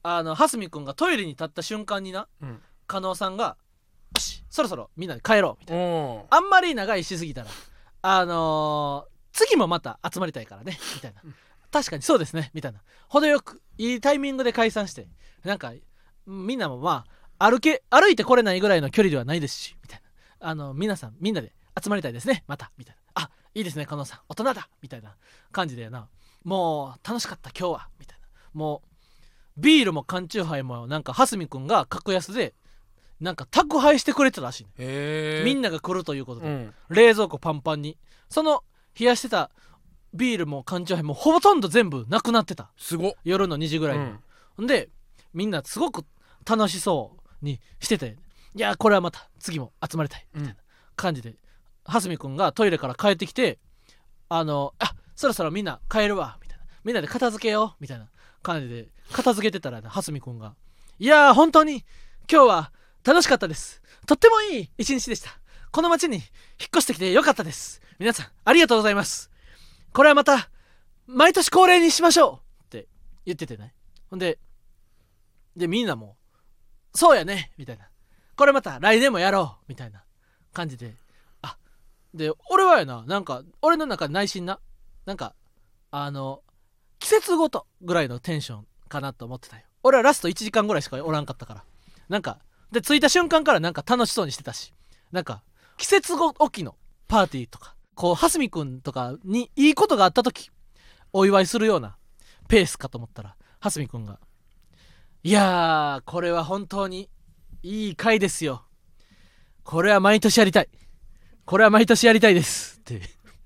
あの蓮見くんがトイレに立った瞬間にな
うん
加納さんが「よしそろそろみんなで帰ろう」みたいな
おお
あんまり長いしすぎたらあのー次もまた集まりたいからねみたいな確かにそうですねみたいな程よくいいタイミングで解散してなんかみんなもまあ歩け歩いてこれないぐらいの距離ではないですしみたいなあの皆さんみんなで集まりたいですねまたみたいなあいいですね加納さん大人だみたいな感じだよなもう楽しかった今日はみたいなもうビールも缶チューハイもなんか蓮見くんが格安でなんか宅配してくれてたらしいね、
へえ
みんなが来るということで
う、ん
冷蔵庫パンパンにその冷やしてたビールも缶チューハイもほとんど全部なくなってた
すごっ
夜の2時ぐらいに、
うん
ほんでみんなすごく楽しそうにしてていやこれはまた次も集まりたい
うん
感じで蓮見くんがトイレから帰ってきてあのあそろそろみんな帰るわみたいなみんなで片付けようみたいな感じで片付けてたらね蓮見くんが「いやー本当に今日は楽しかったですとってもいい一日でしたこの町に引っ越してきてよかったです皆さんありがとうございますこれはまた毎年恒例にしましょうって言っててねほんででみんなもそうやねみたいなこれまた来年もやろうみたいな感じであで俺はやななんか俺の中で内心ななんかあの季節ごとぐらいのテンションかなと思ってたよ俺はラスト1時間ぐらいしかおらんかったからなんかで着いた瞬間からなんか楽しそうにしてたしなんか季節ごときのパーティーとかこう蓮見君とかにいいことがあった時お祝いするようなペースかと思ったら蓮見君が「いやーこれは本当にいい回ですよこれは毎年やりたいこれは毎年やりたいです」って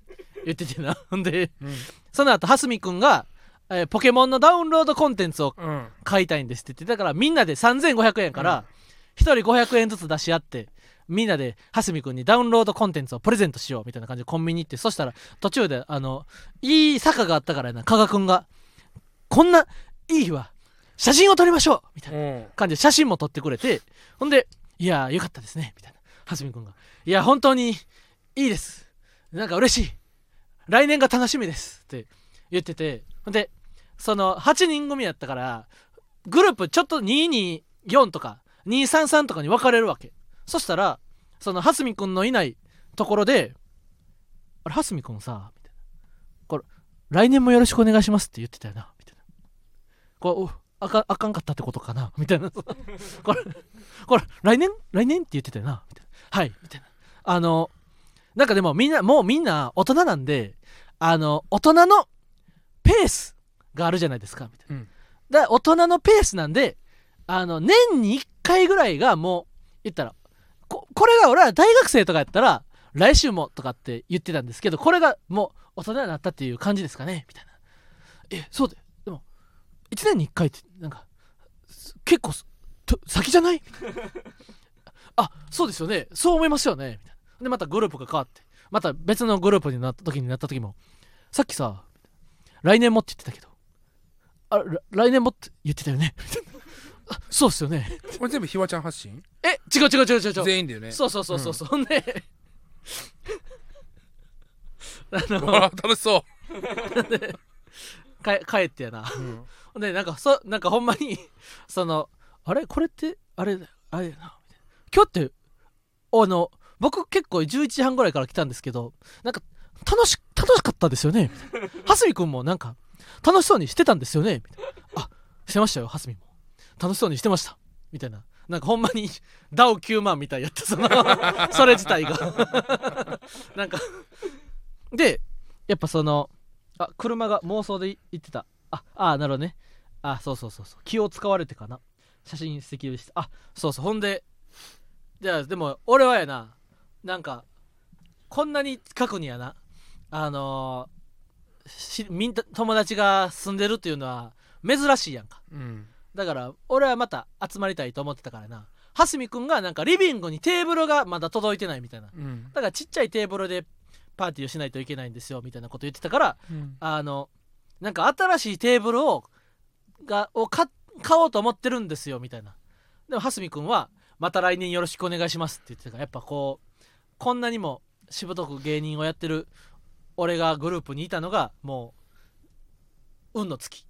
言っててなほんで
うん
その後蓮見君が、えーポケモンのダウンロードコンテンツを
うん
買いたいんですって言ってだからみんなで3500円から1人500円ずつ出し合ってみんなで蓮見君にダウンロードコンテンツをプレゼントしようみたいな感じでコンビニ行ってそしたら途中であのいい坂があったからやな加賀君が「こんないい日は写真を撮りましょう!」みたいな
うん
感じで写真も撮ってくれてほんで「いやーよかったですね」みたいな蓮見君が「いや本当にいいですなんか嬉しい来年が楽しみです」って言っててほんでその8人組やったからグループちょっと224とか233とかに分かれるわけそしたらその蓮見君のいないところで「あれ蓮見君さ」みたいな「これ来年もよろしくお願いします」って言ってたよなみたいなこれおあかあかんかったってことかなみたいな これこれ来年来年って言ってたよなみたいなはいみたいなあのなんかでもみんなもうみんな大人なんであの大人のペースがあるじゃないですかみたいな、
うん
だから大人のペースなんであの年に1回ぐらいがもう言ったらここれが俺ら大学生とかやったら来週もとかって言ってたんですけどこれがもう大人になったっていう感じですかねみたいなえそうだよでも1年に1回ってなんかす結構すと先じゃないみたいなあそうですよねそう思いますよねみたいなでまたグループが変わってまた別のグループになった時になった時もさっきさ来年もって言ってたけどあら来年もって言ってたよねみたいなあそうですよね
これ全部ひわちゃん発信
え違う違う違う違う違う
全員だよね
そうそうそうそうそう、ほんで あ
う
の
わー楽しそ
か帰ってやな
う、うん
ほん でなんかそなんかほんまに そのあれこれってあれあれやなみたいな今日ってあの僕結構11時半ぐらいから来たんですけどなんか楽し楽しかったですよねみたいな蓮見君もなんか楽しそうにしてたんですよねみたいなあしてましたよ蓮見も楽しそうにしてましたみたいななんかほんまにダオ9万みたいやったその それ自体が なんかでやっぱそのあ車が妄想でい行ってたああなるほどねあそうそうそうそう気を使われてかな写真素敵でしたあそうそうほんでじゃあでも俺はやななんかこんなに近くにやなあのーしみんな友達が住んでるっていうのは珍しいやんか
うん
だから俺はまた集まりたいと思ってたからな蓮見くんがなんかリビングにテーブルがまだ届いてないみたいな
うん
だからちっちゃいテーブルでパーティーをしないといけないんですよみたいなこと言ってたから
うん
あのなんか新しいテーブルをがを買買おうと思ってるんですよみたいなでも蓮見君は「また来年よろしくお願いします」って言ってたからやっぱこうこんなにもしぶとく芸人をやってる俺がグループにいたのがもう運の尽き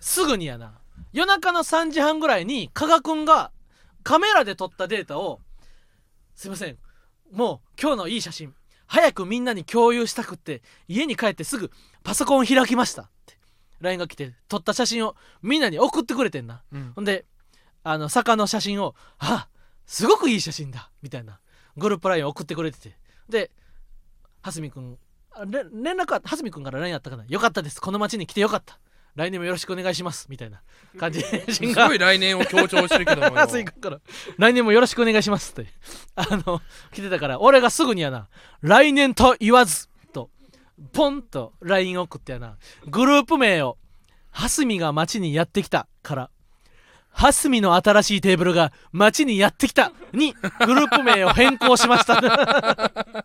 すぐにやな夜中の3時半ぐらいに加賀君がカメラで撮ったデータをすいませんもう今日のいい写真早くみんなに共有したくって家に帰ってすぐパソコン開きましたって LINE が来て撮った写真をみんなに送ってくれてんな
うん
ほんであの坂の写真を「あすごくいい写真だ」みたいなグループ LINE を送ってくれててで蓮見君あれ連絡は蓮見君から LINE あったかな「よかったですこの町に来てよかった来年もよろしくお願いします」みたいな感じで
すごい来年を強調してるけども よ
蓮井君から来年もよろしくお願いしますってあの来てたから俺がすぐにやな来年と言わずとポンと LINE 送ってやなグループ名を蓮見が街にやってきたから蓮見の新しいテーブルが街にやってきたにグループ名を変更しました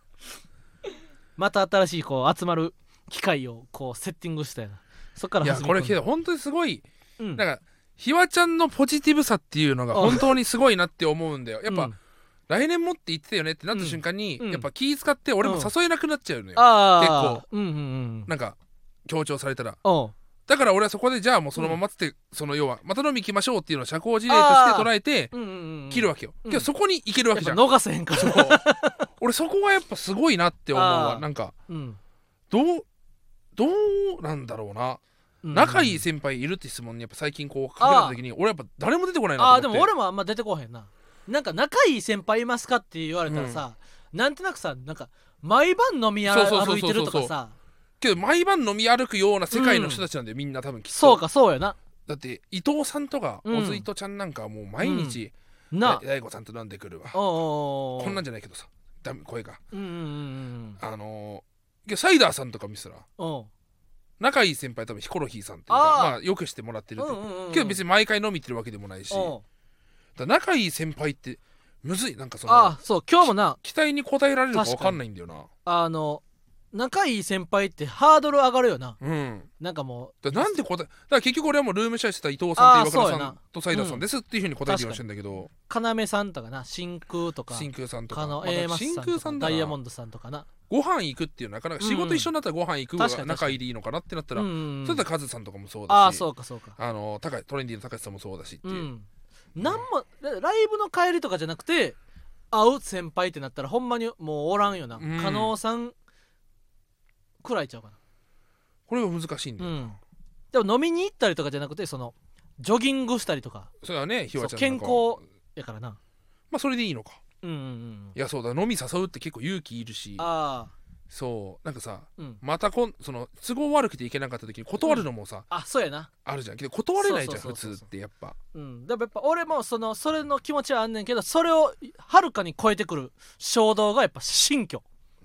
また新しいこう集まる機会をこうセッティングしたやなそっから
いや
蓮見
これけ
君
ど本当にすごい
うん
なんかひわちゃんのポジティブさっていうのが本当にすごいなって思うんだよやっぱ、
うん
来年もって言ってたよねってなった瞬間に、
うん
やっぱ気使って俺も誘えなくなっちゃうのよ、
ああ
結
構うんうん
なんか強調されたら
うんうん
だから俺はそこでじゃあもうそのままっつって、その要はまた飲み行きましょうっていうのを社交辞令として捉えて
うんうんうん
切るわけよ、
うん
けどそこに行けるわ
や
け
っ
じ
ぱ
ゃん、
逃せへんから
そう俺そこがやっぱすごいなって思う
あ
わ
ー
なんか
うん
どうどうなんだろうな、
うん
仲いい先輩いるって質問にやっぱ最近こうかけられた時に俺やっぱ誰も出てこない
あ
な
ー
と
で
思って
も俺もあんま出てこへんななんか仲いい先輩いますかって言われたらさ、なんとなくさなんか毎晩飲みや
そうそうそう
歩
そう
い
そう
てるとかさ
けど毎晩飲み歩くような世界の人たちなんだよ、みんな多分きっと
そうかそうやな
だって伊藤さんとか
うん
小津伊藤ちゃんなんかはもう毎日
な
だ大悟さんと飲んでくるわ
あお
こんなん
じ
じゃないけどさダメ声が
うんうんうん
あのーけどサイダーさんとか見せたら
うんうん
仲いい先輩多分ヒコロヒーさんっていうか
あー
まあよくしてもらってるっていう
うんうんうんうん
けど別に毎回飲み行ってるわけでもないしだ
お
か
う
ら仲いい先輩ってむずいなんかその
あーそう今日もな
期待に応えられるか分かんないんだよな
あの仲いい先輩ってハードル上がるよな
うん
なんかも
だからなんで答えだから結局俺はもうルームシェアしてた伊藤さんと岩
あーそう
倉
や
さ
なん
とサイダーさんですっていうふうに答えてらっしゃるんだけど
う要さんとかな真空とか
真空さんと
か
か
の
まあ
A マス
真
さん
空
と
さ
か
んだ
ダ
な
イヤモンドさんとかな
ご飯行くっていうなかなか仕事一緒になったらご飯行く
うん確か
が
に
仲いいでいいのかなってなったら、
うんうんうん
それだカズさんとかもそうだし
ああそうかそうか
あの高いトレンディーの高橋さんもそうだしって
う
いう、
んなんもラライブの帰りとかじゃなくて会う先輩ってなったらほんまにもうおらんよな
うん
加納さんくらいちゃうか
これが難しいんだ
なう
よ、
んでも飲みに行ったりとかじゃなくてそのジョギングしたりとか
それはねひわちゃん
そう
なん
健
か
康
は
やからな
まあそれでいいのか
うんうんうん
いやそうだ飲み誘うって結構勇気いるし
ああ
そうなんかさ
うん
またこんその都合悪くていけなかった時に断るのもさ、
あそうやな
あるじゃんけど断れないじゃん
そう
普
そうそ
通っ
うそう
てやっぱ
うん、でもやっぱ俺もそのそれの気持ちはあんねんけどそれをはるかに超えてくる衝動がやっぱ新居、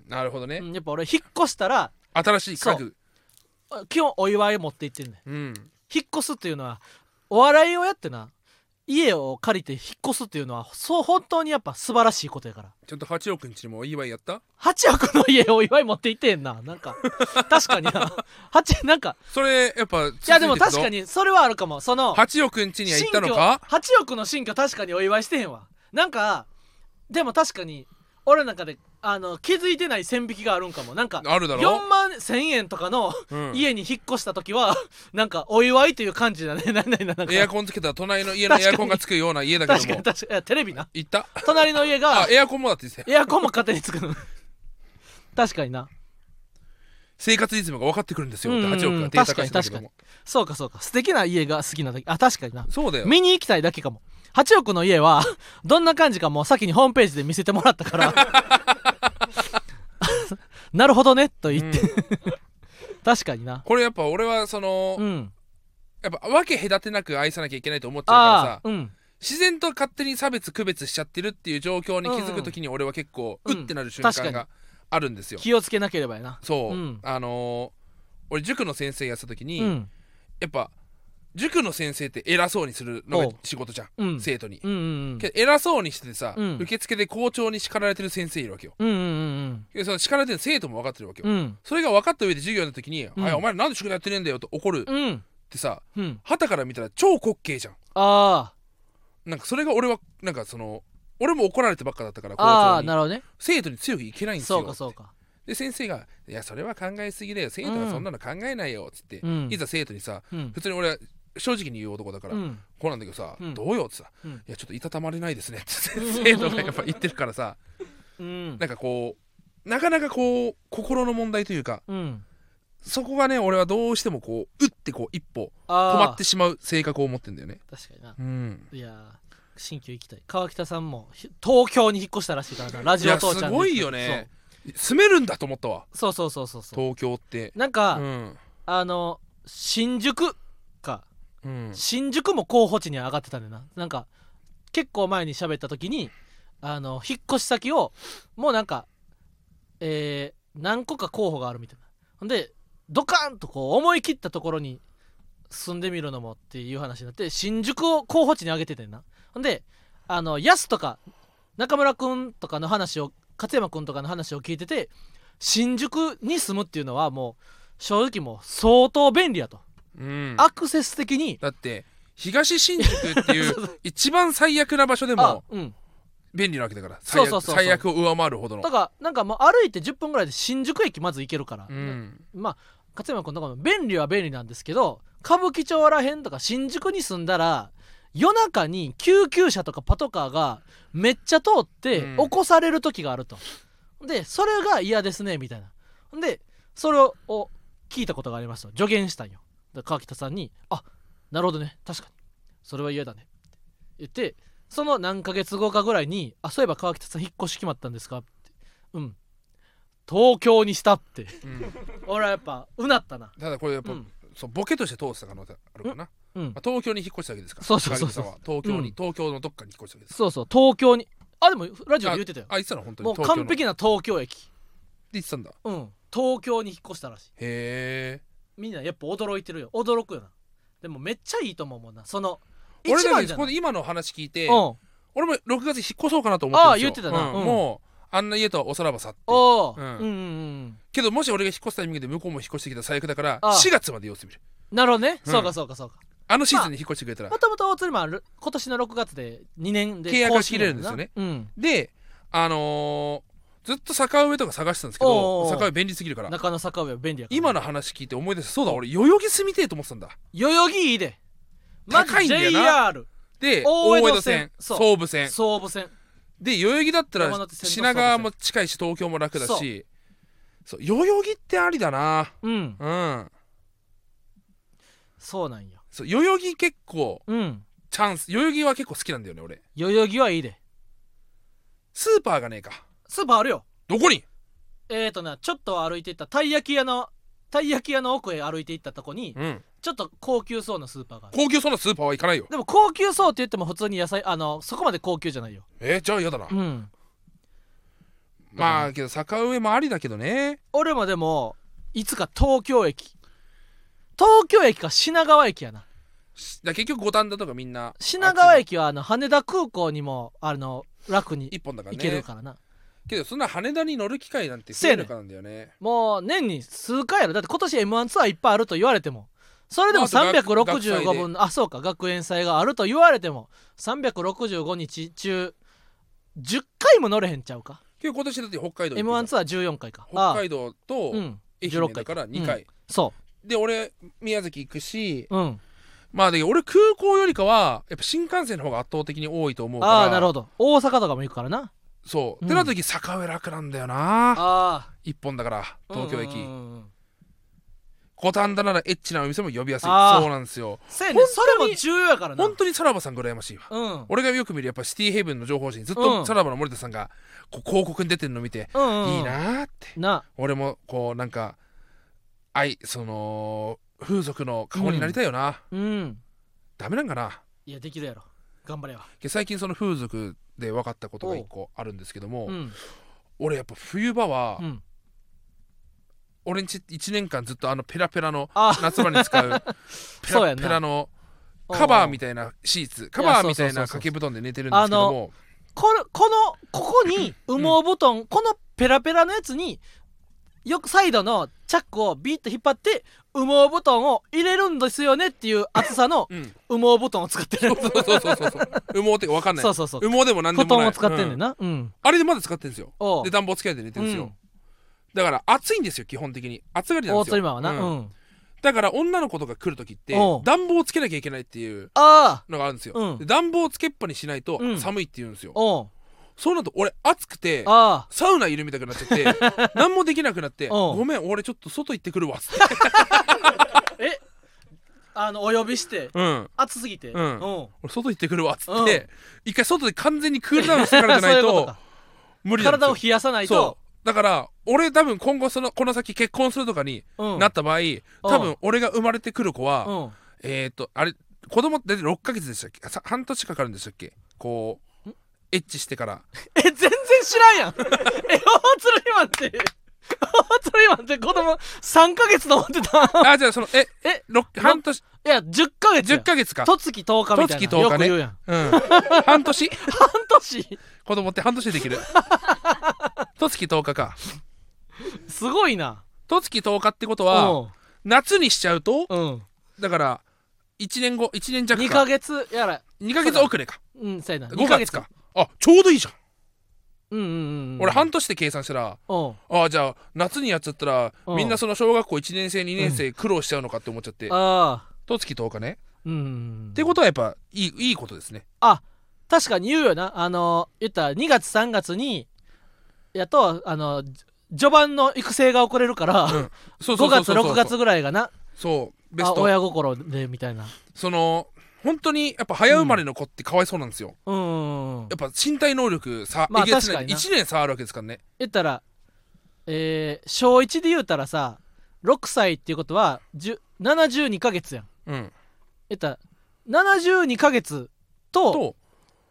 なるほどね、
うんやっぱ俺引っ越したら
新しい家具
あ基本お祝いを持って行ってんねん
うん
引っ越すっていうのはお笑いをやってな家を借りて引っ越すっていうのはそう本当にやっぱ素晴らしいことやから
ちゃんと八億んちにもお祝いやった
8億の家をお祝い持って行ってんななんか確かにな8なんか
それやっぱ
いやでも確か
に
にそれはあるかもその
八億んちには行ったのか
新居8億の新居確かにお祝いしてへんわなんかでも確かに俺の中であの気づいてない線引きがあるんかもなんか
あるだろ
4万1000円とかの
うん
家に引っ越した時は、なんかお祝いという感じだね なんなんなんなんか
エアコンつけたら隣の家のエアコンがつくような家だけ
確
ど
かに
も
確かにいやテレビな
行った
隣の家
あ
が
エアコンもだって言ってたよ
エアコンも勝手につくの確かにな
生活リズムが分かってくるんですよ
うんうん
8億が低下してたけども
そうかそうか素敵な家が好きな時あ確かにな
そうだよ
見に行きたいだけかも8億の家はどんな感じかもう先にホームページで見せてもらったから なるほどねと言って、 確かにな
これやっぱ俺はその、
うん
やっぱ分け隔てなく愛さなきゃいけないと思っちゃうから
あ
さ
あうん
自然と勝手に差別区別しちゃってるっていう状況に気づく時に俺は結構、う
う
んってなる瞬
確
間
かに
があるんですよ、
気をつけなければやな
そう、
うん
あのー俺塾の先生やってた時に、
うん
やっぱ塾の先生って偉そうにするの
お
が
う
仕事じゃん、
うん
生徒に、
うんうん
けど偉そうにしててさ、
うん
受付で校長に叱られてる先生いるわけよ
うんうんうん
けどその叱られてる生徒も分かってるわけよ、
うんうん
それが分かった上で授業の時に「
ん
あいお前らなんで宿題やってねえんだよ」と怒るっ
うん
てさ
うん
はたから見たら超滑稽じゃん
あ
なんかそれが俺はなんかその俺も怒られてばっかだったから
あああ
校
な
長に
るほどね
生徒に強くいけないんですよ
そうかそうか
で先生が「いやそれは考えすぎだよ生徒はそんなの考えないよ」っつって、
うん
いざ生徒にさ
うん
普通に俺は正直に言う男だから、
うん
こうなんだけどさ、
うん
どうよってさ、
うん
いやちょっといたたまれないですねって生徒がやっぱ言ってるからさ
うん
なんかこうなかなかこう心の問題というか
うん
そこがね俺はどうしてもこううってこう一歩
あ
止
あ
まってしまう性格を持ってんだよね
確かにな
うん
いやー新旧行きたい川北さんもひ東京に引っ越したらしいからなラ
い
ジオ
や
父ち
す
ゃんで
ごいよね住めるんだと思ったわ
そうそうそうそうそう
東京って
なん
う
か、
ん
あの新宿か
うん
新宿も候補地に上がってたんだよななんか結構前に喋った時にあの引っ越し先をもうなんかえー何個か候補があるみたいなほんでドカーンとこう思い切ったところに住んでみるのもっていう話になって新宿を候補地に上げててんなほんであのヤスとか中村くんとかの話を勝山くんとかの話を聞いてて新宿に住むっていうのはもう正直もう相当便利やと
うん
アクセス的に
だって東新宿っていう一番最悪な場所で
あ
も
うん
便利なわけだから最
そう
悪
そうそうそう
最悪を上回るほどの
だからなんかもう歩いて10分ぐらいで新宿駅まず行けるから、
うん
まあ勝山君とかも便利は便利なんですけど歌舞伎町らへんとか新宿に住んだら夜中に救急車とかパトカーがめっちゃ通って
うん
起こされる時があると、でそれが嫌ですねみたいなでそれをを聞いたことがありますと助言したんよだから川北さんに「あなるほどね確かにそれは嫌だね」って言ってその何ヶ月後かぐらいに「あそういえば川北さん引っ越し決まったんですか?」って「うん東京にした」って
うん
俺はやっぱうなったな
ただこれやっぱ、
うん
そうボケとして通した可能性あるかな、ま
うん
あ、東京に引っ越したわけですから
そうそうそうそう
高木さんは東京に、
うん
東京のどっかに引っ越したわけです
そうそう東京にあでもラジオで言ってたよ
あ言ってたの本当に
もう
東京の
完璧な東京駅
って言ってたんだへ
うん東京に引っ越したらしい
え
みんなやっぱ驚いてるよ驚くよなでもめっちゃいいと思うもんなその一
俺だ
番
け
じゃ
こ
な
こ
い
で今の話聞いて、
うん
俺も6月に引っ越そうかなと思ってるんですよ
ああ言ってたな
うん
うん
もうあんな家とはおさらばさっていう
おー
うん
うんうんうん
けどもし俺が引っ越すタイミングで向こうも引っ越してきたら最悪だから
ああ
4月まで様子見る
なるほどね
うん
そうかそうかそうか
あのシーズンに引っ越してくれたら、
もともと大鶴マンは今年の6月で2年で
契約が
更新やもな
切れる
うん
であのーずっと坂上とか探してたんですけど
おうおう
坂上便利すぎるから
中野坂上は便利やから
今の話聞いて思い出したそうだ俺代々木住みてえと思ってたんだ
代々木いいでまず
高いんだよな
JR
で
大
大
江
江
戸
戸
線
線
そう
総武線
総武線
で代々木だった
山
ら
手線と
品川も近いし東京も楽だしそう代々木ってありだな
うん
うん
そうなんよ
そう代々木結構
うん
チャンス代々木は結構好きなんだよね俺
代々木はいいで
スーパーがねえか
スーパーあるよ
どこに
えーとなちょっと歩いていったたい焼き屋のたい焼き屋の奥へ歩いていったとこに
うん
ちょっと高級そうなスーパーがある
高級そうなスーパーは行かないよ
でも高級そうって言っても普通に野菜あのそこまで高級じゃないよ
えーじゃあ嫌だな
うん
まあけど坂上もありだけどね
俺もでもいつか東京駅東京駅か品川駅やな
しだから結局五反田とかみんな
品川
あっち
駅はあの羽田空港にもあの楽
の
に
一本だから
行
ね
けるからな
けどそんな羽田に乗る機会なんて増えるからなんだよね
もう年に数回やろだって今年 m 1ツアーいっぱいあると言われてもそれでも
まああと学
365分のあそうか学園祭があると言われても365日中10回も乗れへんちゃうか
けど今年だって北海道
m 1ツアー14回か
北
道
海道と
うん
愛媛だから2回、
そ
で俺宮崎行くし
ううん
まあで俺空港よりかはやっぱ新幹線の方が圧倒的に多いと思うから
ああなるほど大阪とかも行くからな
そう、
う
っ
ん
てなった時坂上楽なんだよな
あ
一本だから東京駅
うん
五反田ならエッチなお店も呼びやすい
あー
そうなんですよ
せや
本当
ね
に
それも重要やからな
本当にさらばさんが羨ましいわ
うんうん
俺がよく見るやっぱシティヘブンの情報誌にずっ
うん
とさらばの森田さんがこう広告に出てるの見て、
うんうん
いいなーって
な
俺もこうなんか愛その風俗の顔になりたいよな、
うん
ダメなんかない
やできるやろ頑張れよ
け最近その風俗で分かったことが一個あるんですけども、
うん
俺やっぱ冬場は、
うん
俺んち1年間ずっとあのペラペラの
あ
夏場に使 うペ
そう
ラ
やんな
ペラのカバーみたいなシーツカバーみたいな掛け布団で寝てるんですけども
このこのこ こに羽毛布団、このペラペラのやつによくサイドのチャックをビッと引っ張って羽毛布団を入れるんですよねっていう厚 さの
うん
羽毛布団を使ってる
そうそうそうそうそう羽毛って分かんない
そうそうそう
羽毛でも何で
布
もない
団を使ってん
うん
ね
ん
なうん、
あれでまだ使ってるんですよ
おう
で暖房つけないで寝てるんですよ、
うん
だから暑いんですよ基本的に暑がりなん
大
ですよ
鳥マンはな、うん
うんだから女の子とか来る時って
おう
暖房つけなきゃいけないっていう
ああ
のがあるんですよ、
うん
で暖房つけっぱにしないと
うん
寒いって言うんですよ、
おう
そうなると俺暑くて
ああ
サウナいるみたいになっちゃって 何もできなくなって「
おう
ごめん俺ちょっと外行ってくるわ」っつって
えあのお呼びして
うん
暑すぎて
うん
うん
俺外行ってくるわっつっ
う
て一回外で完全にクールダウンしてからじゃない
そういうこと
と
か
無理なんです
体
よ
を冷やさない
そ
と
うだから俺多分今後そのこの先結婚するとかに
うん
なった場合多分俺が生まれてくる子は、
うん
えー、っとあれ子供って6ヶ月でしたっけあさ半年かかるんでしたっけこうエッチしてから
え全然知らん やんえ大鶴ひまって大鶴ひまって子供3ヶ月と思ってた
あじゃあそのえ
え
ろ半年
いや10ヶ月や
10ヶ月か
とつき10日みたいな
十月十日ね
よく言うやん
うん半年
半年
子供って半年ででき るとつき10日か
すごいな
とつき10日ってことは夏にしちゃうと
うんうん
だから1年後1年弱
2ヶ
か
月やら
2ヶ月遅れか
うんそうやな
5
2
月かあちょうどいいじゃん、
うんうんうんうん
俺半年で計算したら
おう
ああじゃあ夏にやっちゃったら
うん
みんなその小学校1年生2年生苦労しちゃうのかって思っちゃって
ああ
と月10日ね
うんうん
ってことはやっぱいいいいことですね
あ確かに言うよなあの言ったら2月3月にやとあのじ序盤の育成が遅れるから、
うんそうそ
5
うそう
月
そう
6月ぐらいがな
そうベ
あ
スト
親心でみたいな
その本当にやっぱ早生まれの子ってかわいそうなんですよ、
うんうんうん
やっぱ身体能力さ、
まあ
えげつ
確
な
か
い
にな
1年差あるわけですからね
言ったらえー小1で言うたらさ6歳っていうことは10 72ヶ月やん
うん
言ったら72ヶ月と
と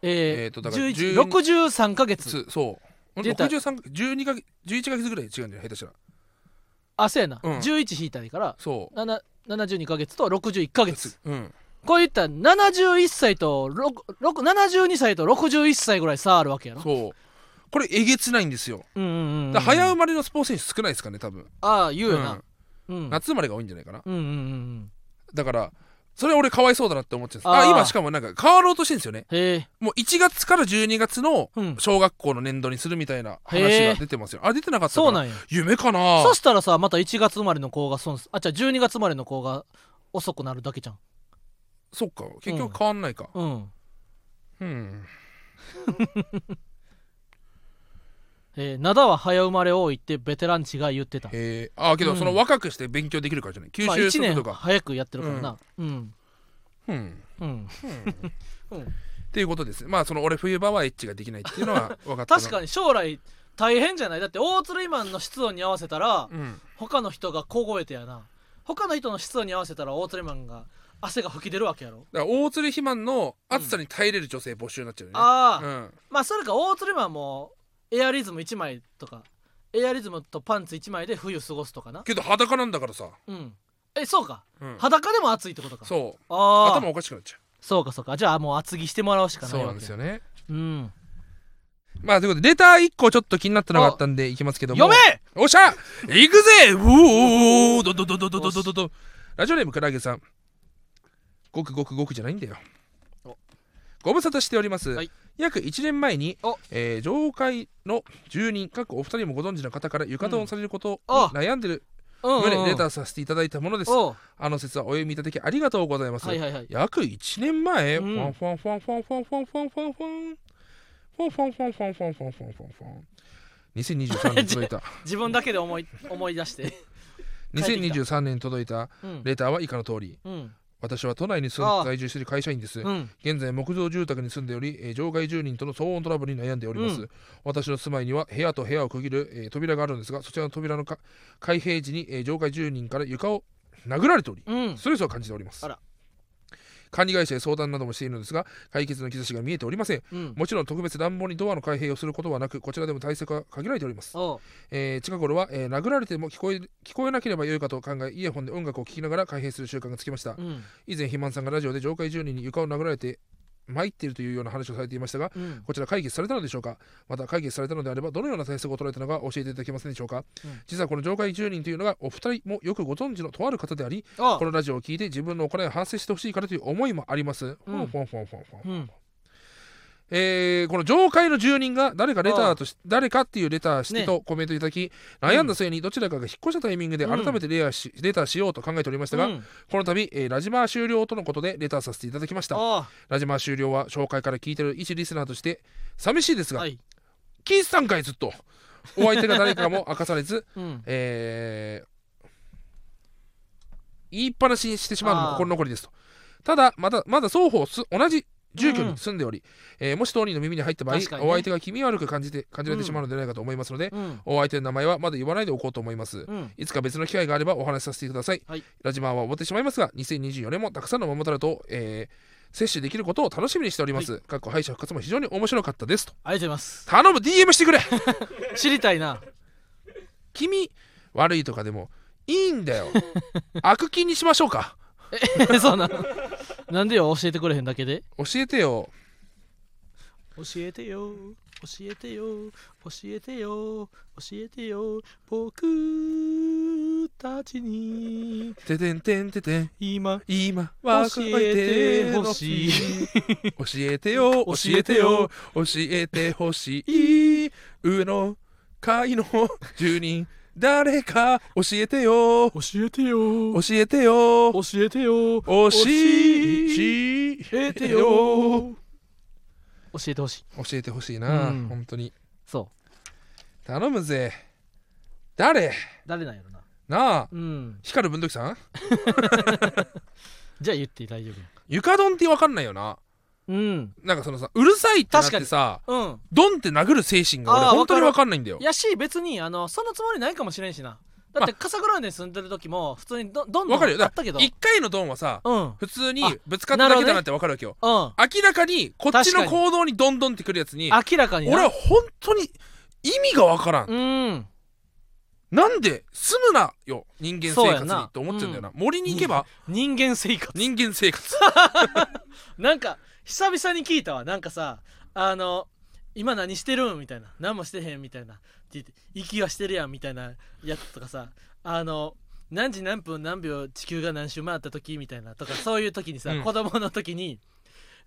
え
え
ー
ー
とだから
11
12
63ヶ月
つそう
出た
63 12か月11か月ぐらい違うんじゃない下手したら
あそうやな、
うん
11引いたらいいから
そ
7 72ヶ月と61ヶ
う
月
うん
こういったら71歳と6 6 72歳と61歳ぐらい差あるわけやろ
そうこれえげつないんですよ
うんうんうんうん、
だから早生まれのスポーツ選手少ないですかね多分、
ああ言うよ
う、
なんうんうん、
夏生まれが多いんじゃないかな
うんうんうん
だからそれ俺かわいそうだなって思っちゃうんです
あ
あ
ー
今しかもなんか変わろうとしてるんですよね
へえ
もう1月から12月の
うん
小学校の年度にするみたいな話
へ
が
ー
出てますよあ出てなかったか
そうなんや
夢かな
そしたらさまた1月生まれの子が損すあじゃあ12月生まれの子が遅くなるだけじゃん
そっか結局変わんないか
うん
うん、
えー、灘は早生まれ多いってベテランチが言ってた、
へえあけどその若くして勉強できるからじゃない吸
まあ、
収す
1
る
年
とか、
早くやってるからなうん
うん
うん、
っていうことですまあその俺冬場はエッチができないっていうの は分かった
確かに将来大変じゃないだって大鶴イマンの室温に合わせたら、
に、うん、
他の人が凍えてやな他の人の室温に合わせたら大鶴イマンが汗が吹き出るわけやろ、
だから大鶴肥満の暑さに耐えれる女性募集になっちゃうよね、
ああ、
うん、
まあそれか大鶴イマンもエアリズム1枚とかエアリズムとパンツ1枚で冬過ごすとかな
けど裸なんだからさ、
うんえそうか
うん、
裸でも暑いってことか
そう
あ
頭
あ
おかしくなっちゃ
そうかそうかじゃあもう厚着してもらうし
う
かな
そ
いう
な
わ
ん
け
ですよね
うん
まあということでレター1個ちょっと気になったのがあったんでいきますけども
読め
おっしゃ行くぜうおーどどどどどどどどどラジオネームからあげさんごくごくごくじゃないんだよ
お
ご無沙汰しております、
はい
約1年前に
お、
えー上階の住人かっこお二人もご存知の方から床ドンされることに
うんあ
悩んでる
うん
旨、
うん
レターさせていただいたものです
おう
あの説はお読みいただきありがとうございます、
はいはいはい
約1年前、
うん
ファンファンファンファンファンファンファンファンファンファンファンファンファンファンファンファンファンファン2023年届いた
自分だけで思い思い出して帰ってきた
2023年届いた
うん
レターは以下の通り
うん
私は都内に住
あ
ん
あ
在住している会社員です
うん
現在木造住宅に住んでおり、えー場外住人との騒音トラブルに悩んでおります、
う
私の住まいには部屋と部屋を区切る、えー扉があるんですがそちらの扉のか開閉時に、えー場外住人から床を殴られており
うん
ストレスを感じております
あら
管理会社へ相談などもしているのですが解決の兆しが見えておりません
うん
もちろん特別暖房にドアの開閉をすることはなくこちらでも対策は限られております、
おう
えー近頃は、えー殴られても聞こえ聞こえなければよいかと考えイヤホンで音楽を聴きながら開閉する習慣がつきました
うん
以前肥満さんがラジオで上階住人に床を殴られて参っているというような話をされていましたが
うん
こちら解決されたのでしょうかまた解決されたのであればどのような対策を取られたのか教えていただけませんでしょうか、
うん
実はこの上階住人というのがお二人もよくご存知のとある方であり
おう
このラジオを聞いて自分の行いを反省してほしいからという思いもあります。
うん
ほんほんほんほんほん
うん
えーこの上階の住人が誰かレターとし誰かっていうレターしてとコメントいただき、悩んだ末にどちらかが引っ越したタイミングで
うん
改めてレアしレターしようと考えておりましたが、
うん
この度、えーラジマー終了とのことでレターさせていただきました
おう
ラジマー終了は紹介から聞いてる一リスナーとして寂しいですが、
はい
金さんかいずっとお相手が誰かも明かされず
うん
えー言いっぱなしにしてしまうのも
あー
心残りですとただまだまだ双方す同じ住居に住んでおり、えーもし当人の耳に入った場合、
確かにね
お相手が気味悪く感じて感じられてしまうのではないかと思いますので、
うん
お相手の名前はまだ言わないでおこうと思います、
うん
いつか別の機会があればお話しさせてください、
はい
ラジマンは終わってしまいますが2024年もたくさんの桃太郎と、えー摂取できることを楽しみにしております、かっこ敗者復活も非常に面白かったですと
ありがとうございます
頼む DM してくれ
知りたいな
君悪いとかでもいいんだ よ悪気にしましょうか
えそうなのなんでよ教えてくれへんだけで
教えてよ
教えてよ教えてよ教えてよ教えてよ僕たちに
ててんてんててん
今
今
教
わか
えてほしい
教えてよ教えてよ教えてほしい上の階の住人誰か教えてよ教
教えてよ
えてよ
教えてよ
教
え
え
てよ教えてほしい
教えてほしいな、
うん
本当に
そう
頼むぜ誰
誰なんやろな
なあ
うん
光る文土器さん
じゃあ言って大丈夫や
床ドンって分かんないよな
うん
なんかそのさうるさいってなってさ
うん
ドンって殴る精神が俺
あー
本当に分かんないんだよ
やし別にあのそのつもりないかもしれんしなだってカサグランデに住んでる時も普通にどどんど
分
ん
かるよ
あ
だ
っ
か
たけど
ら1回のドンはさ
うん
普通に
あ
ぶつかっただけだなって分かるわけよ
うん
明らかにこっち
確か
の
に
行動にどんどんってくるやつに
明らかにな
俺は本当に意味が分からん
うん
なんで住むなよ人間
そう
生
や
活
な
にと思っちゃうんだよな森に行けば
人間生活
人間生活
なんか久々に聞いたわなんかさあの今何してるんみたいな何もしてへんみたいなって言って息はしてるやんみたいなやつとかさあの何時何分何秒地球が何周回った時みたいなとかそういう時にさ、
うん
子供の時に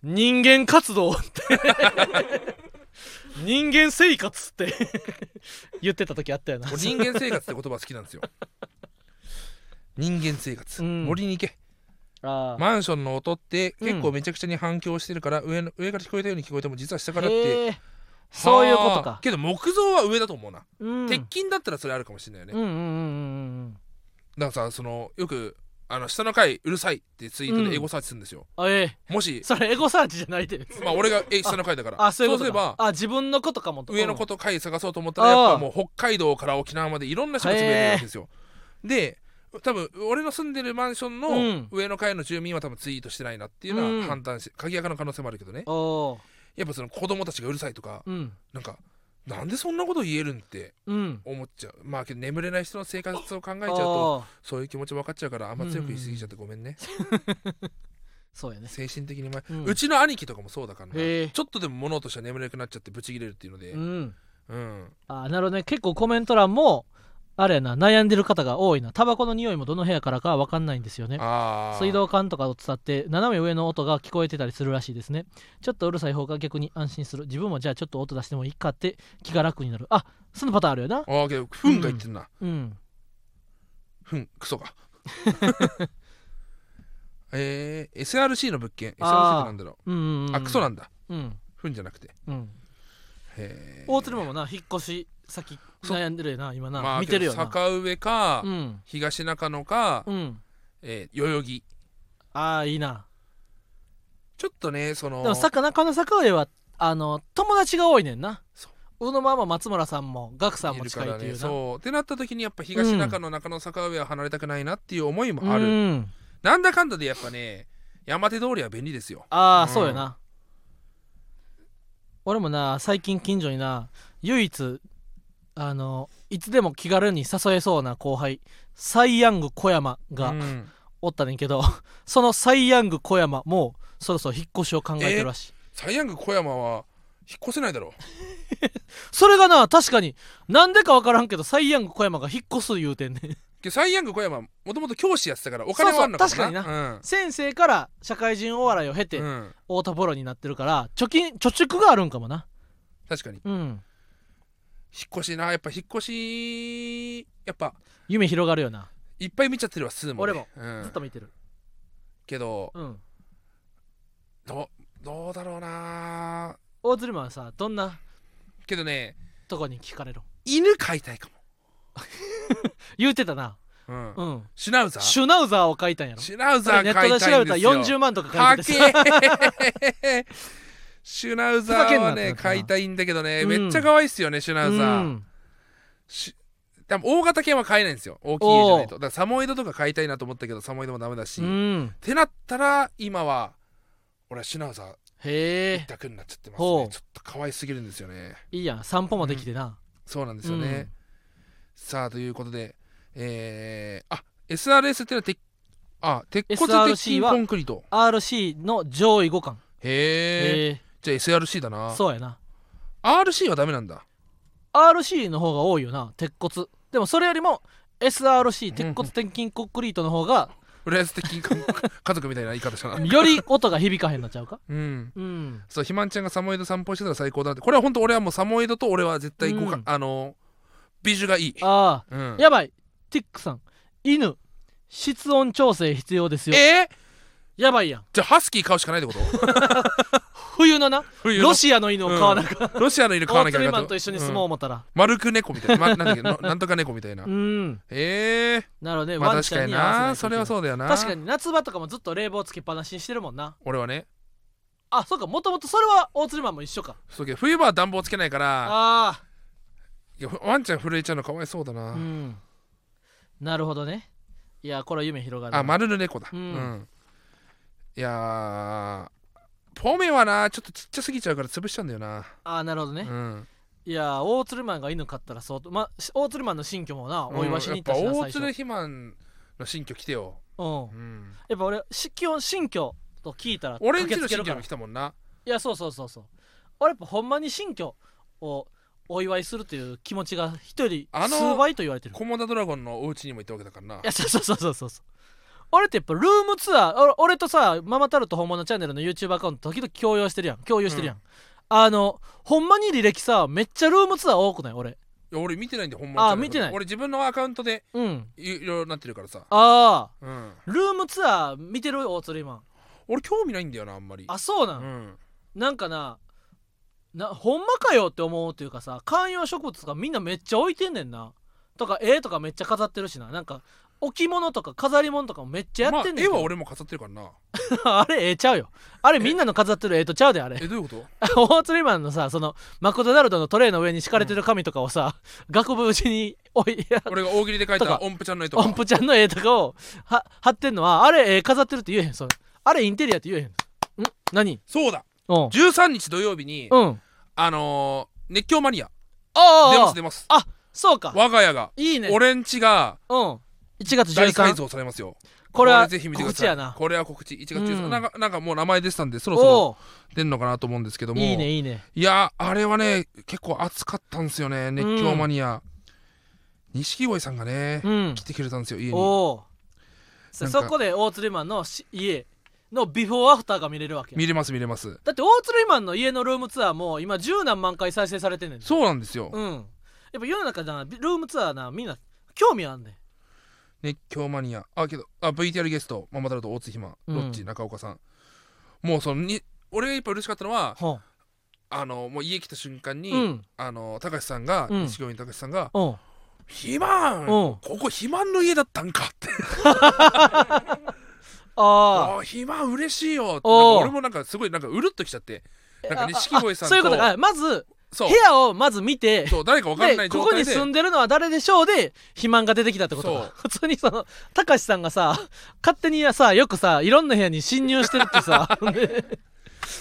人間活動って 人間生活って言ってた時あったよな
俺人間生活って言葉好きなんです よ人間生活
うん
森に行け
あー
マンションの音って
うん
結構めちゃくちゃに反響してるから上の上から聞こえたように聞こえても実は下からって
へーそういうこと
はあ
か、
けど木造は上だと思うな
うん、
鉄筋だったらそれあるかもしれないよね
うんうんうんうん
だからさそのよくあの下の階うるさいってツイートでエゴサーチするんですよ
うんあえ
もし
ー、それエゴサーチじゃないで
まあ俺がえ下の階だから
あそういうこと
すれば
かあ自分のことかも
上のことと階探そうと思ったら
あー
やっぱもう北海道から沖縄までいろんな人が住めるわけですよで多分俺の住んでるマンション
う
の
ん
上の階の住民は多分ツイートしてないなっていうの
うん
は判断して鍵垢の可能性もあるけどね
うんお
やっぱその子供たちがうるさいとか
ーうん
なんかなんでそんなこと言えるんって
うん
思っちゃうまあけど眠れない人の生活を考えちゃうと
あー
そういう気持ち分かっちゃうからあんま強く言い過ぎちゃってごめんね
そうやね
精神的に前、
う
うんちの兄貴とかもそうだからな
へえ
ちょっとでも物音したら眠れなくなっちゃってブチ切れるっていうので
うん
うん
あーなるほどね結構コメント欄もあれやな悩んでる方が多いなタバコの匂いもどの部屋からかわかんないんですよね
ああ
水道管とかを伝って斜め上の音が聞こえてたりするらしいですねちょっとうるさい方が逆に安心する自分もじゃあちょっと音出してもいいかって気が楽になるあそのパターンあるよな
ああけどフンが言ってるな、
うん
フンクソが えー、SRC の物件 SRC って
あー
なんだろ
うんうん、う、
うんあクソなんんだ
うん
フンじゃなくて
うん
へー
大鶴ママな引っ越し先悩んでるよな今な、
まあ
見てるよ
けど
な
坂上か、
うん
東中野か、
うん
えー代々木
ああいいな
ちょっとねその
でも坂中の坂上はあの友達が多いねんな
そう
宇野ママ松村さんも岳さんも
る
近いっていうな
そうってなった時にやっぱ東中野中野坂上は離れたくないなっていう思いもあ
う
る、
ん
なんだかんだでやっぱね山手通りは便利ですよ
ああ、
うん
そうやな俺もな最近近所にな唯一あのいつでも気軽に誘えそうな後輩サイヤング小山
う
が
ん
おったねんけど、 そのサイヤング小山もうそろそろ引っ越しを考えてるらしい
サイヤング小山は引っ越せないだろ
それがな確かになんでか分からんけどサイヤング小山が引っ越す言うてんねん
うサイヤング小山もともと教師やってたからお金はあるのかもな
そうそう確先生から社会人お笑いを経て
うん、うん
太田プロになってるから貯金貯蓄があるんかもな
確かに
うん
引っ越しなやっぱ引っ越しやっぱ
夢広がるよない
っぱい見ちゃってるわスーも、ね、
俺も
うん
ずっと見てる
けど
うん
どうどうだろうな
大鶴マンはさどんな
けどね
とこに聞かれる
犬飼いたいか
言うてたな
も、うん
うん
シュナウザー
シュナウザーを書いたんやろ
シュナウザ
あれ
ー
ネ
飼
ット
い
で調
たい
べ
ん
た
で
ら
すよ
40万とか書
か
い
け
ててさ
ーシュナウザーは
ふざけんなって
ね
なったな
買いたいんだけどね、
うん
めっちゃ可愛いっすよねシュナウザ
う
ー
ん
し多分大型犬は買えないんですよ大きい家じゃないとだからサモエドとか買いたいなと思ったけどサモエドもダメだし、
う
っ
ん
てなったら今は俺はシュナウザー一
へえ
択になっちゃってます
ほ
ね
う
ちょっと可愛すぎるんですよね
いいやん散歩もできてな
そうなんですよね、
うん
さあということでえー、あ SRS ってのは鉄あ鉄骨
SRC
鉄筋
は
コンクリート
RC の上位互換
へえ
へえ
じゃあ SRC だな
そうやな
RC はダメなんだ
RC の方が多いよな鉄骨でもそれよりも SRC 鉄骨転筋コンクリートの方が
浦安的に家族みたいな言い方したな
より音が響かへんなっちゃうか
うん
うん
そうひまんちゃんがサモエド散歩してたら最高だってこれは本当俺はもうサモエドと俺は絶対行こうか、
うん
あのビジュがいい
ああ
うん
やばいティックさん犬室温調整必要ですよ
えー、
やばいやん
じゃあハスキー買うしかないってこと
冬のな
冬の
ロシアの犬を飼わなきゃ、
ロシアの犬買
大
わなきゃい
釣り
けな
マ
い
ンと一緒に住もう
うん
思ったら
丸く猫みたいな、ま、なんだっけのなんとか猫みたいな
うん、
え
なので、
えまあ
ワン
確
ちゃ
か
ん
に
に合わせない
な
と
それは
う
そうだよな
確かに夏場とかもずっと冷房つけっぱなしにしてるもんな
俺はね
あそうかもともとそれは大釣りマンも一緒か
そうけど冬場は暖房つけないから
あ
いやワンちゃん震えちゃうのかわいそうだな、
あうんなるほどねいやこれは夢広がるな
あ丸の猫だ
う
うんん、いやーポメはなちょっとちっちゃすぎちゃうから潰しちゃうんだよな
あーなるほどね
う、ん
いや大鶴マンが犬飼ったら相当まあし大鶴マンの新居もなお祝いしに行ったし
うん
な
やっぱ
最
大
初
鶴肥満の新居来てよ、
うん
うん、
やっぱ俺し基本新居と聞いたら
俺ん
駆け
ち
つ
の新
ける
居
から
も来たもんない
やそうそうそうそう俺やっぱほんまに新居をお祝いするという気持ちが一人
あの
数倍と言われてる
コモダドラゴンのお家にも行ったわけだからない
やそうそうそうそうそうそう俺ってやっぱルームツアーお俺とさママタルト本物チャンネルの YouTube アカウント時々共有してるやん共有してるやん、あのほんまに履歴さめっちゃルームツアー多くない俺
いや俺見てないんでほん
あ
ま
ー見てない
俺自分のアカウントで
うん
いいろいろなってるからさ、
ああ
うん、
ルームツアー見てる大鶴マン
俺興味ないんだよなあんまり
あそうなん、
うん
なんかななほんまかよって思うというかさ観葉植物とかみんなめっちゃ置いてんねんなとか絵とかめっちゃ飾ってるしななんか置物とか飾り物とかもめっちゃやってんねんけ
まあ、絵は
ど、
俺も飾ってるからな
あ、れ絵ちゃうよあれみんなの飾ってる絵とちゃうであれ
えどういうこと
大釣りマンのさそのマクドナルドのトレイの上に敷かれてる紙とかをさ、額縁に置いや
俺が大喜利で描い
とか
た音符ちゃんの絵とか
音符ちゃんの絵とかをは貼ってんのはあれ絵飾ってるって言えへんそれあれインテリアって言えへんん何
そうだ
うん
13日土曜日に、
うん
あのー、熱狂マニア出ま
あ
す
あ
出ます
そうか
我が家が
いいね
俺んちが
うん。1月
大改
13。
造されますよ
これは
ぜひ見てく
告
だ
知や
さ。
ない
これは告知1月13、
うん
なんかなんかもう名前出てたんでそろそろ
お
出んのかなと思うんですけど
お。
も
いいねいいね。
いやあれはね結構熱かったんですよね熱狂マニア錦鯉さんがね、
うん
来。てくれたんですよ家
お
に
おー。さ
なんか
そこで大鶴マンのし家のビフォーアフターが見れるわけや。
見れます見れます
だって大鶴マンの家のルームツアーも今十何万回再生されてんねん。
そうなんですよ、
うん。やっぱ世の中だなビルームツアーなみんな興味あんねん。
熱狂マニアあけどあ VTR ゲストママタルト大津ひま
うん
ロッチ中岡さん、もうそのに俺がやっぱ嬉しかったのは
ほん。
あのもう家来た瞬間に、
うん。
あの高橋さんが
うん
錦鯉、の高橋さんが
うん。
「肥満、
うん
ここ肥満の家だったんか」って「
ああ。
あ肥満嬉しいよ」って
おー
俺もなんかすごいなんかうるっときちゃってなんか
あ
錦鯉さん
あそういうこと
と
か。まず
そ
部
う
屋をまず見て。
そう誰かわかんな
で
い
こ
状
こ
態
に
で
住んでるのは誰でしょうで肥満が出てきたってことか普通にそのたかしさんがさ勝手にさよくさいろんな部屋に侵入してるって さで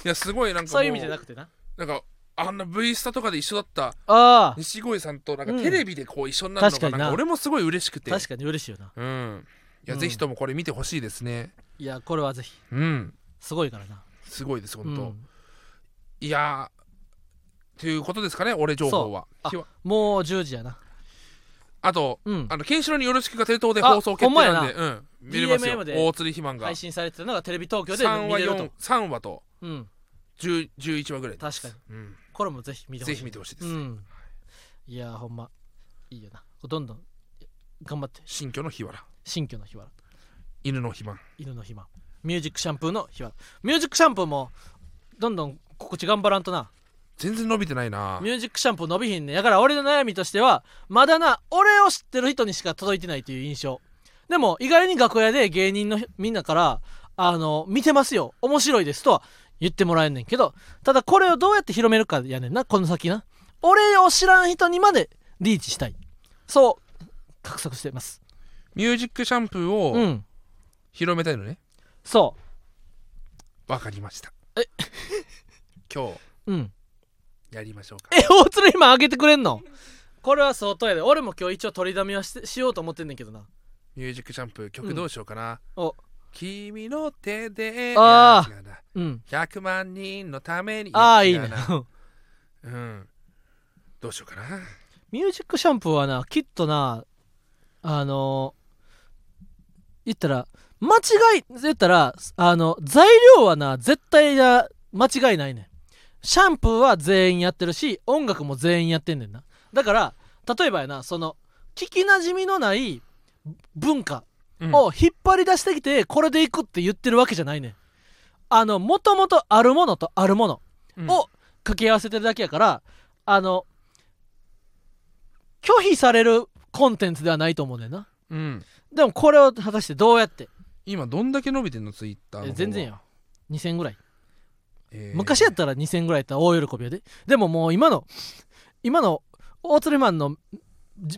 いやすごいなんか
そういう意
も
味じゃなくてな
なんかあんな V スタとかで一緒だった
ああ
錦鯉さんとなん
う
か
ん
テレビでこう一緒になるの
確か
が、
にな
なんか俺もすごい嬉しくて
確かに嬉しいよな
うん。いや、
うん
ぜひともこれ見てほしいですね。
いやこれはぜひ
うん。
すごいからな
すごいです、本当。
うん
いやー、ということですかね、俺情報は。
あ
ひわ
もう10時やな
あと、
うん
あの、ケンシロウによろしくがテレ東で
あ
放送決定なんで、
ほ
うん。見れますよ
DMM。で
大釣り肥満が
配。信されてたのがテレビ東京で
3
見
話
れると
4、三話と
うん
10 11話ぐらいです。
確かに
うん。
これもぜひ見てほし
ぜ
い
ひ見てほしいで
う
す。
んいやほんまいいよなどんどん頑張って
新居の日原、
新居の日は
犬の肥満。
犬の肥満ミュージックシャンプーの日はミュージックシャンプーもどんどん心地頑張らんとな
全然伸びてないな
ミ。ュージックシャンプー伸びひんねやから俺の悩みとしてはまだな俺を知ってる人にしか届いてないという印象でも意外に楽屋で芸人のみんなからあの見てますよ面白いですとは言ってもらえんねんけどただこれをどうやって広めるかやねんなこの先な俺を知らん人にまでリーチしたいそう画策してます
ミュージックシャンプー
う
を
ん
広めたいのね。
そ
わかりました。
え
今日、
ううん
やりましょうか。
え、大鶴今上げてくれんのこれは相当やで。俺も今日一応取りだめはしてしようと思ってんねんけどな。
ミュージックシャンプー、曲どうしようかな。
お、
君の手で
あ
い
ー
や違うな
うん。
100万人のために
ああ、
や
い
違
いうね
な。うんどうしようかな
ミュージックシャンプーはなきっとなあの言ったら間違い言ったらあの材料はな絶対な間違いないねんシャンプーは全員やってるし音楽も全員やってんねんなだから例えばやなその聞きなじみのない文化
うん
を引っ張り出してきてこれでいくって言ってるわけじゃないねんあのもともとあるものとあるもの
うん
を掛け合わせてるだけやから、あの拒否されるコンテンツではないと思うねんな
うん
でもこれを果たしてどうやって
今どんだけ伸びてんのツイッターの
え
方は
全然、よ2000ぐらい、
えー
昔やったら2000ぐらいやったら大喜びやででももう今の今の大鶴マンの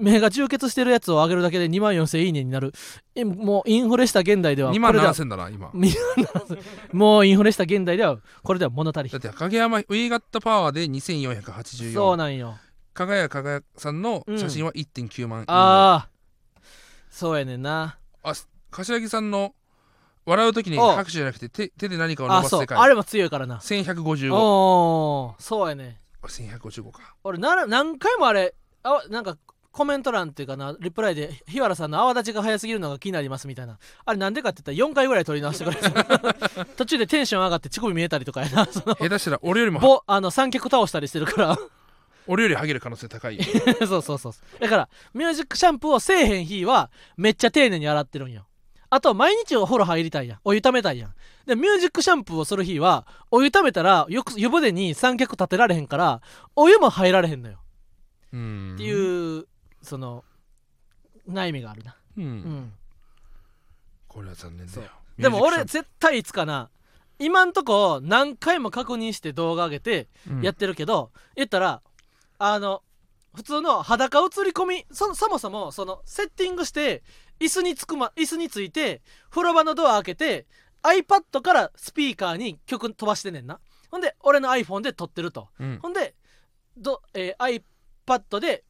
目が充血してるやつを上げるだけで2万4000いいねになるえもうインフレした現代では
2万
これでは
7000だな今
もうインフレした現代ではこれでは物足りひ
だっ
ん
て影山ウィーガッタパワーで2484
そうなんよ
かがやかがやさんの写真は1.9万いいね
ああそうやねんな
あす柏木さんの笑う時に
お
拍手じゃなくて手手で何かを伸
あ
ばす
そう
世界
あれも強いからな
1155
おおそうやね
1155か
俺なら何回もあれあなんかコメント欄っていうかなリプライで日原さんの泡立ちが早すぎるのが気になりますみたいなあれなんでかって言ったら4回ぐらい取り直してくれた途中でテンション上がって乳首見えたりとかやなその
下手したら俺よりも
ぼあの三脚倒したりしてるから
俺よりハゲる可能性高 い
そうそうそうそうだからミュージックシャンプーをせえへん日はめっちゃ丁寧に洗ってるんよあと毎日お風呂入りたいやんお湯ためたいやんでミュージックシャンプーをする日はお湯ためたらよく湯船に三脚立てられへんからお湯も入られへんのよ
うん
っていう、その悩みがあるな、
うん
うん、
これは残念だよ
でも俺
ミュージ
絶対いつかな今んとこ何回も確認して動画上げて
ックシャンプー
やってるけど、言ったらあの普通の裸映り込みそそもそもそのセッティングして椅子につく、ま、椅子について風呂場のドア開けて iPad からスピーカーに曲飛ばしてんねんなほんで俺の iPhone で撮ってると
うんうん
ほんでど、えー iPad で、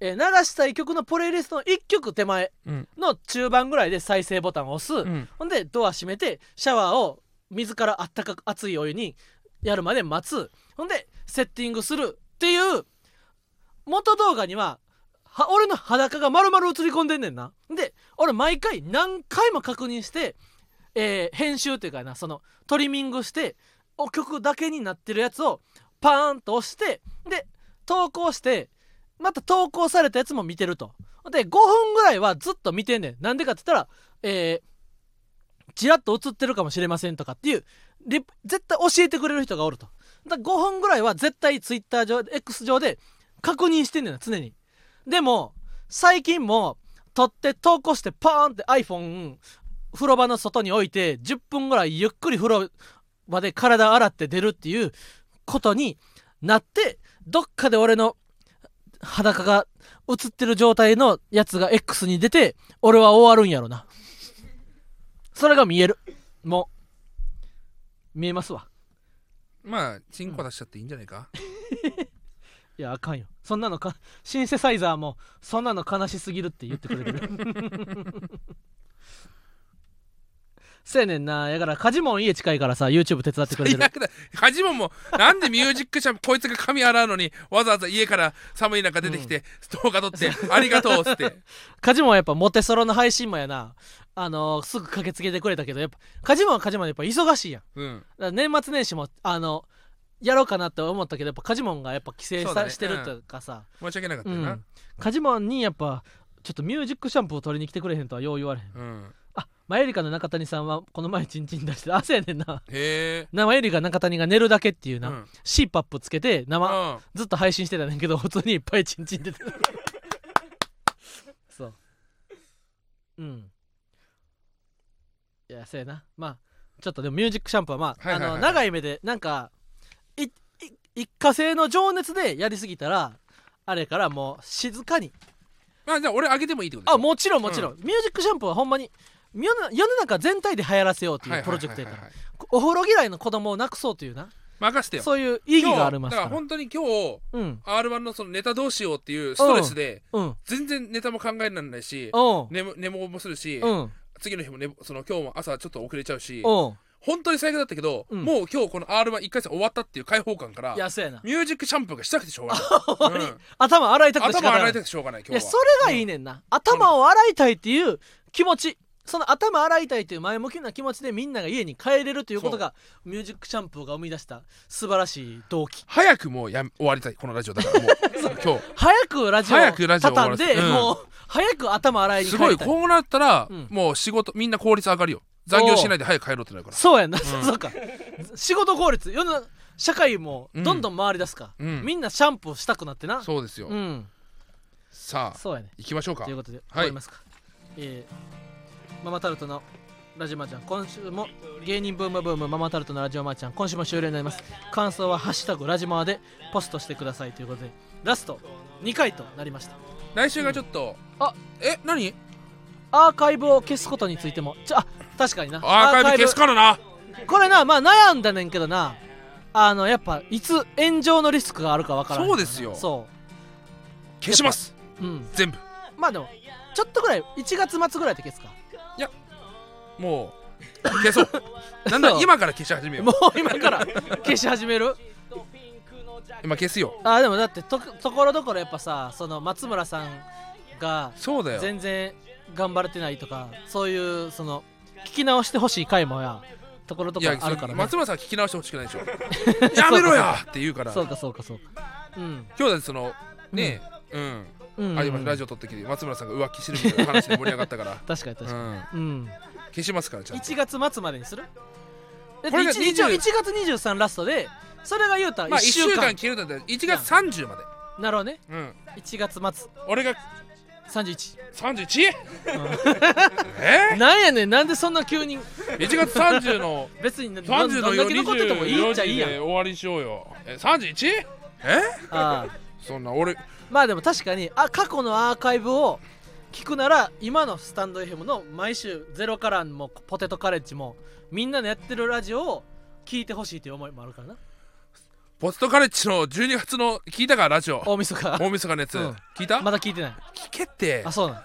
えー流したい曲のプレイリストの1曲手前
うん
の中盤ぐらいで再生ボタンを押す、
うん
ほんでドア閉めてシャワーを水からあったかく熱いお湯にやるまで待つほんでセッティングするっていう元動画にはは俺の裸が丸々映り込んでんねんなで俺毎回何回も確認して、えー編集っていうかなそのトリミングしてお曲だけになってるやつをパーンと押してで投稿してまた投稿されたやつも見てるとで5分ぐらいはずっと見てんねんなんでかって言ったらえーちらっと映ってるかもしれませんとかっていうリプ絶対教えてくれる人がおるとだ5分ぐらいは絶対 Twitter 上 X 上で確認してんねんな常にでも最近も撮って投稿してパーンって iPhone 風呂場の外に置いて10分ぐらいゆっくり風呂場で体洗って出るっていうことになってどっかで俺の裸が映ってる状態のやつが X に出て俺は終わるんやろなそれが見えるもう見えますわ
まあチンコ出しちゃっていいんじゃないか
いやあかんよそんなのかシンセサイザーもそんなの悲しすぎるって言ってくれてる せやねんなやから家事も家近いからさ YouTube 手伝っ てくれて
最
る
悪だカジモンもなんでミュージックシャンプーこいつが髪洗うのにわざわざ家から寒い中出てきてストーカー取 ってありがとうっつって
カジモンはやっぱモテソロの配信もやなあのーすぐ駆けつけてくれたけどやっぱカジモンはカジモンでやっぱ忙しいやん
うん
だから年末年始もあのやろうかなって思ったけどやっぱカジモンがやっぱ帰省
そう
さ、
だね
してるというかさ、
申し訳なかった
う、
よなん
カジモンにやっぱちょっとミュージックシャンプーを取りに来てくれへんとはよう言われへん
うん
あマユリカの中谷さんはこの前チンチン出して汗やねんな
へえ
なマユリカ中谷が寝るだけっていうな、
うん
シーパップつけて生、
うん
ずっと配信してたねんけど普通にいっぱいチンチン出てる そううんいやそうやなまあちょっとでもミュージックシャンプーはまあ,、
はいはいはい
あの長い目でなんかいい一過性の情熱でやりすぎたらあれからもう静かに
まあじゃあ俺あげてもいいってことでし
あ
ょ
もちろんもちろん、ミュージックシャンプーはほんまに世の世の中全体で流行らせようと
はいいう
プロジェクトやから
はいはいはい
お風呂嫌いの子供をなくそうというな
任せてよ
そういう意義があります
今日だから
から
本当に今日
うん
R1 のそのネタどうしようっていうストレスで
うん
全然ネタも考えられないし
おう
寝も寝坊もするし
うん
次の日も寝ぼその今日も朝ちょっと遅れちゃうし
おう
本当に最悪だったけど、
うん
もう今日この R11 回戦終わったっていう開放感から
いやそうやな
ミュージックシャンプーがしたくてし ょうがない、うん
頭洗いたくて仕方
頭
ない
洗いたくてしょうがない
い
今
や
日は
それがいいねんな、頭を洗いたいっていう気持ちその頭洗いたいという前向きな気持ちでみんなが家に帰れるということがミュージックシャンプーが生み出した素晴らしい動機
早くもうやめ終わりたいこのラジオだからもう 今
早くラジオ
早くラジオ終わ
畳ん
らせ
で、
うん
もう早く頭洗い
日
に
す
帰
ごい
りたい
こうなったら、
うん
もう仕事みんな効率上がるよ残業しないで早く帰ろうってなるから
そうやんな、 そうか仕事効率世の中社会もどんどん回り出すか、
うん
みんなシャンプーしたくなってな
そうですよ、
うん
さあ
そうやね
行きましょうか
ということで、終わりますか、えーママタルトのラジオマーちゃん今週も芸人ブームブームママタルトのラジオマーちゃん今週も終了になります感想は「ハッシュタグラジマー」でポストしてくださいということでラスト2回となりました
来週がちょっと、
うんあ
え何
アーカイブを消すことについてもちょあ確かにな
アーカイブ消すからな
これなまあ悩んだねんけどなあのやっぱいつ炎上のリスクがあるかわからない
そうですよ
そ
消します
ううん
全部
まあでもちょっとぐらい1月末ぐらいで消すか
もう消そ うなんだ
そう
今から消し始めよう
もう今から消し始める
今消すよ
あでもだってとところどころやっぱさその松村さんが
そうだよ
全然頑張れてないとかそういうその聞き直してほしい回もやところど
い
ころ
や
あるからね
松村さんは聞き直してほしくな いでしょやめろやって言うから
そう
今
かそうかそうかうん
日だってそのねえうん、
うん
あ今ラジオ撮った時に松村さんが浮気してるみたいな話で盛り上がったから、
確かに
う
確かに
ん、
うん
消しますからちゃんと
1月末までにするだって
これが
一一応
20
1月23ラストでそれが言うたら
ま
1
あ1週
週間,、
間消えるんだったら1月30まで
なるほどね
うん
1月末
俺が
31
31? え
なんやねんなんでそんな急に
?1 月30の
別 にどんど
30
ん
の
だけ残っててもいい
4
っちゃい
時
いや
で終
ん
わりにしようよえ 31? え
ああ
そんな俺
まあでも確かにあ過去のアーカイブを聞くなら今のスタンド FM の毎週ゼロからもポテトカレッジもみんなのやってるラジオを聞いてほしいという思いもあるからな
ポストカレッジの12月の聞いたかラジオ
大晦日
大晦日のやつ、
うん
聞いた、
まだ聞いてない
聞けって
あそうなん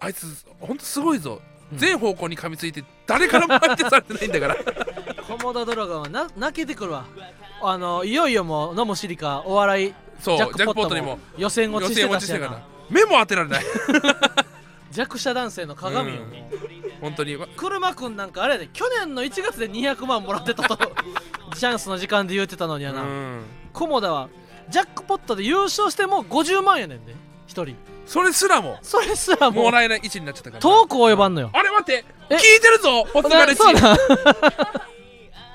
あいつほんとすごいぞ、全方向に噛みついて誰からも相手されてないんだから
コモダドラゴンはな泣けてくるわあのいよいよもう飲むシリカお笑い
そう
ジャックポット
ジャックポットに
も
も
予選落
予
ちし
選
てた
落ちし
してや
るから
な
目も当てられ ない
弱者男性の鏡よ、
うん本当に
車くんなんかあれやで去年の1月で200万もらってた とチャンスの時間で言うてたのにや
う
な、
ん
コモダはジャックポットで優勝してもう50万やねんで一人
それすらも
それすらも
も
う
らえない位置になっちゃったから
遠く及ばんのよ
あれ待って
え
聞いてるぞポストカレッ
そう
ジ
なん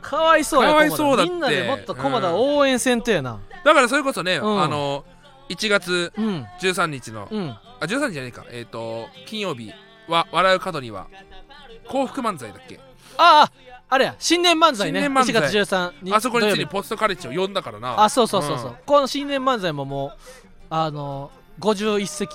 かわいそうや
かわいそうだって
コモダみんなでもっとコモダを応援せんとやな
だからそれこそね、
うん
あの1月
うん
13日の、
うん
あ13日じゃないかえっ、と金曜日は笑う角には幸福漫才だっけ
あああれや新年漫才ね
新年漫才
1月13日
あそこにつ
土曜
い
日
にポストカレッジを呼んだからな
あそうそうそうそう、
ん
この新年漫才ももうあの51席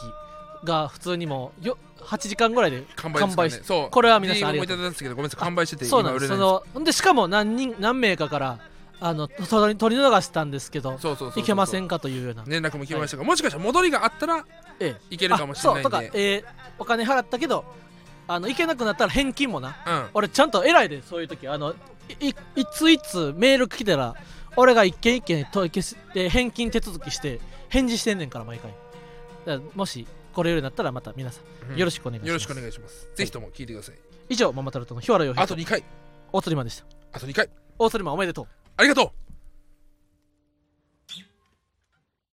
が普通にもうよ8時間ぐらいで
完売ですからね
して
そう
これは皆さんあり
り
が
がとうござ
とう
いますけどごめんなさい完売してて
そ
今
うなん
売れ
です
ない
そ
んで
のんでしかも何人何名かからあのと取り取り逃したんですけど
すそうそうそうそう
いけませんかというような、
連絡も来ましたが、もしかしたら戻りがあったら
ええ
いけるかもしれないんで
あそうとか、ええお金払ったけどあのいけなくなったら返金もな
うん
俺ちゃんと偉いでそういう時あのいいいついつメール来たら俺が一件一件問い消す、えー返金手続きして返事してんねんから毎回だからもしこれよりなったらまた皆さ
うん
んよろしくお願いします、
よろしくお願いしますぜひとも聞いてください
以上ママタルトの日原洋
あ
平
と
と
2回
大鳥マンでした
あと2回
大鳥マンおめでとう
ありがとう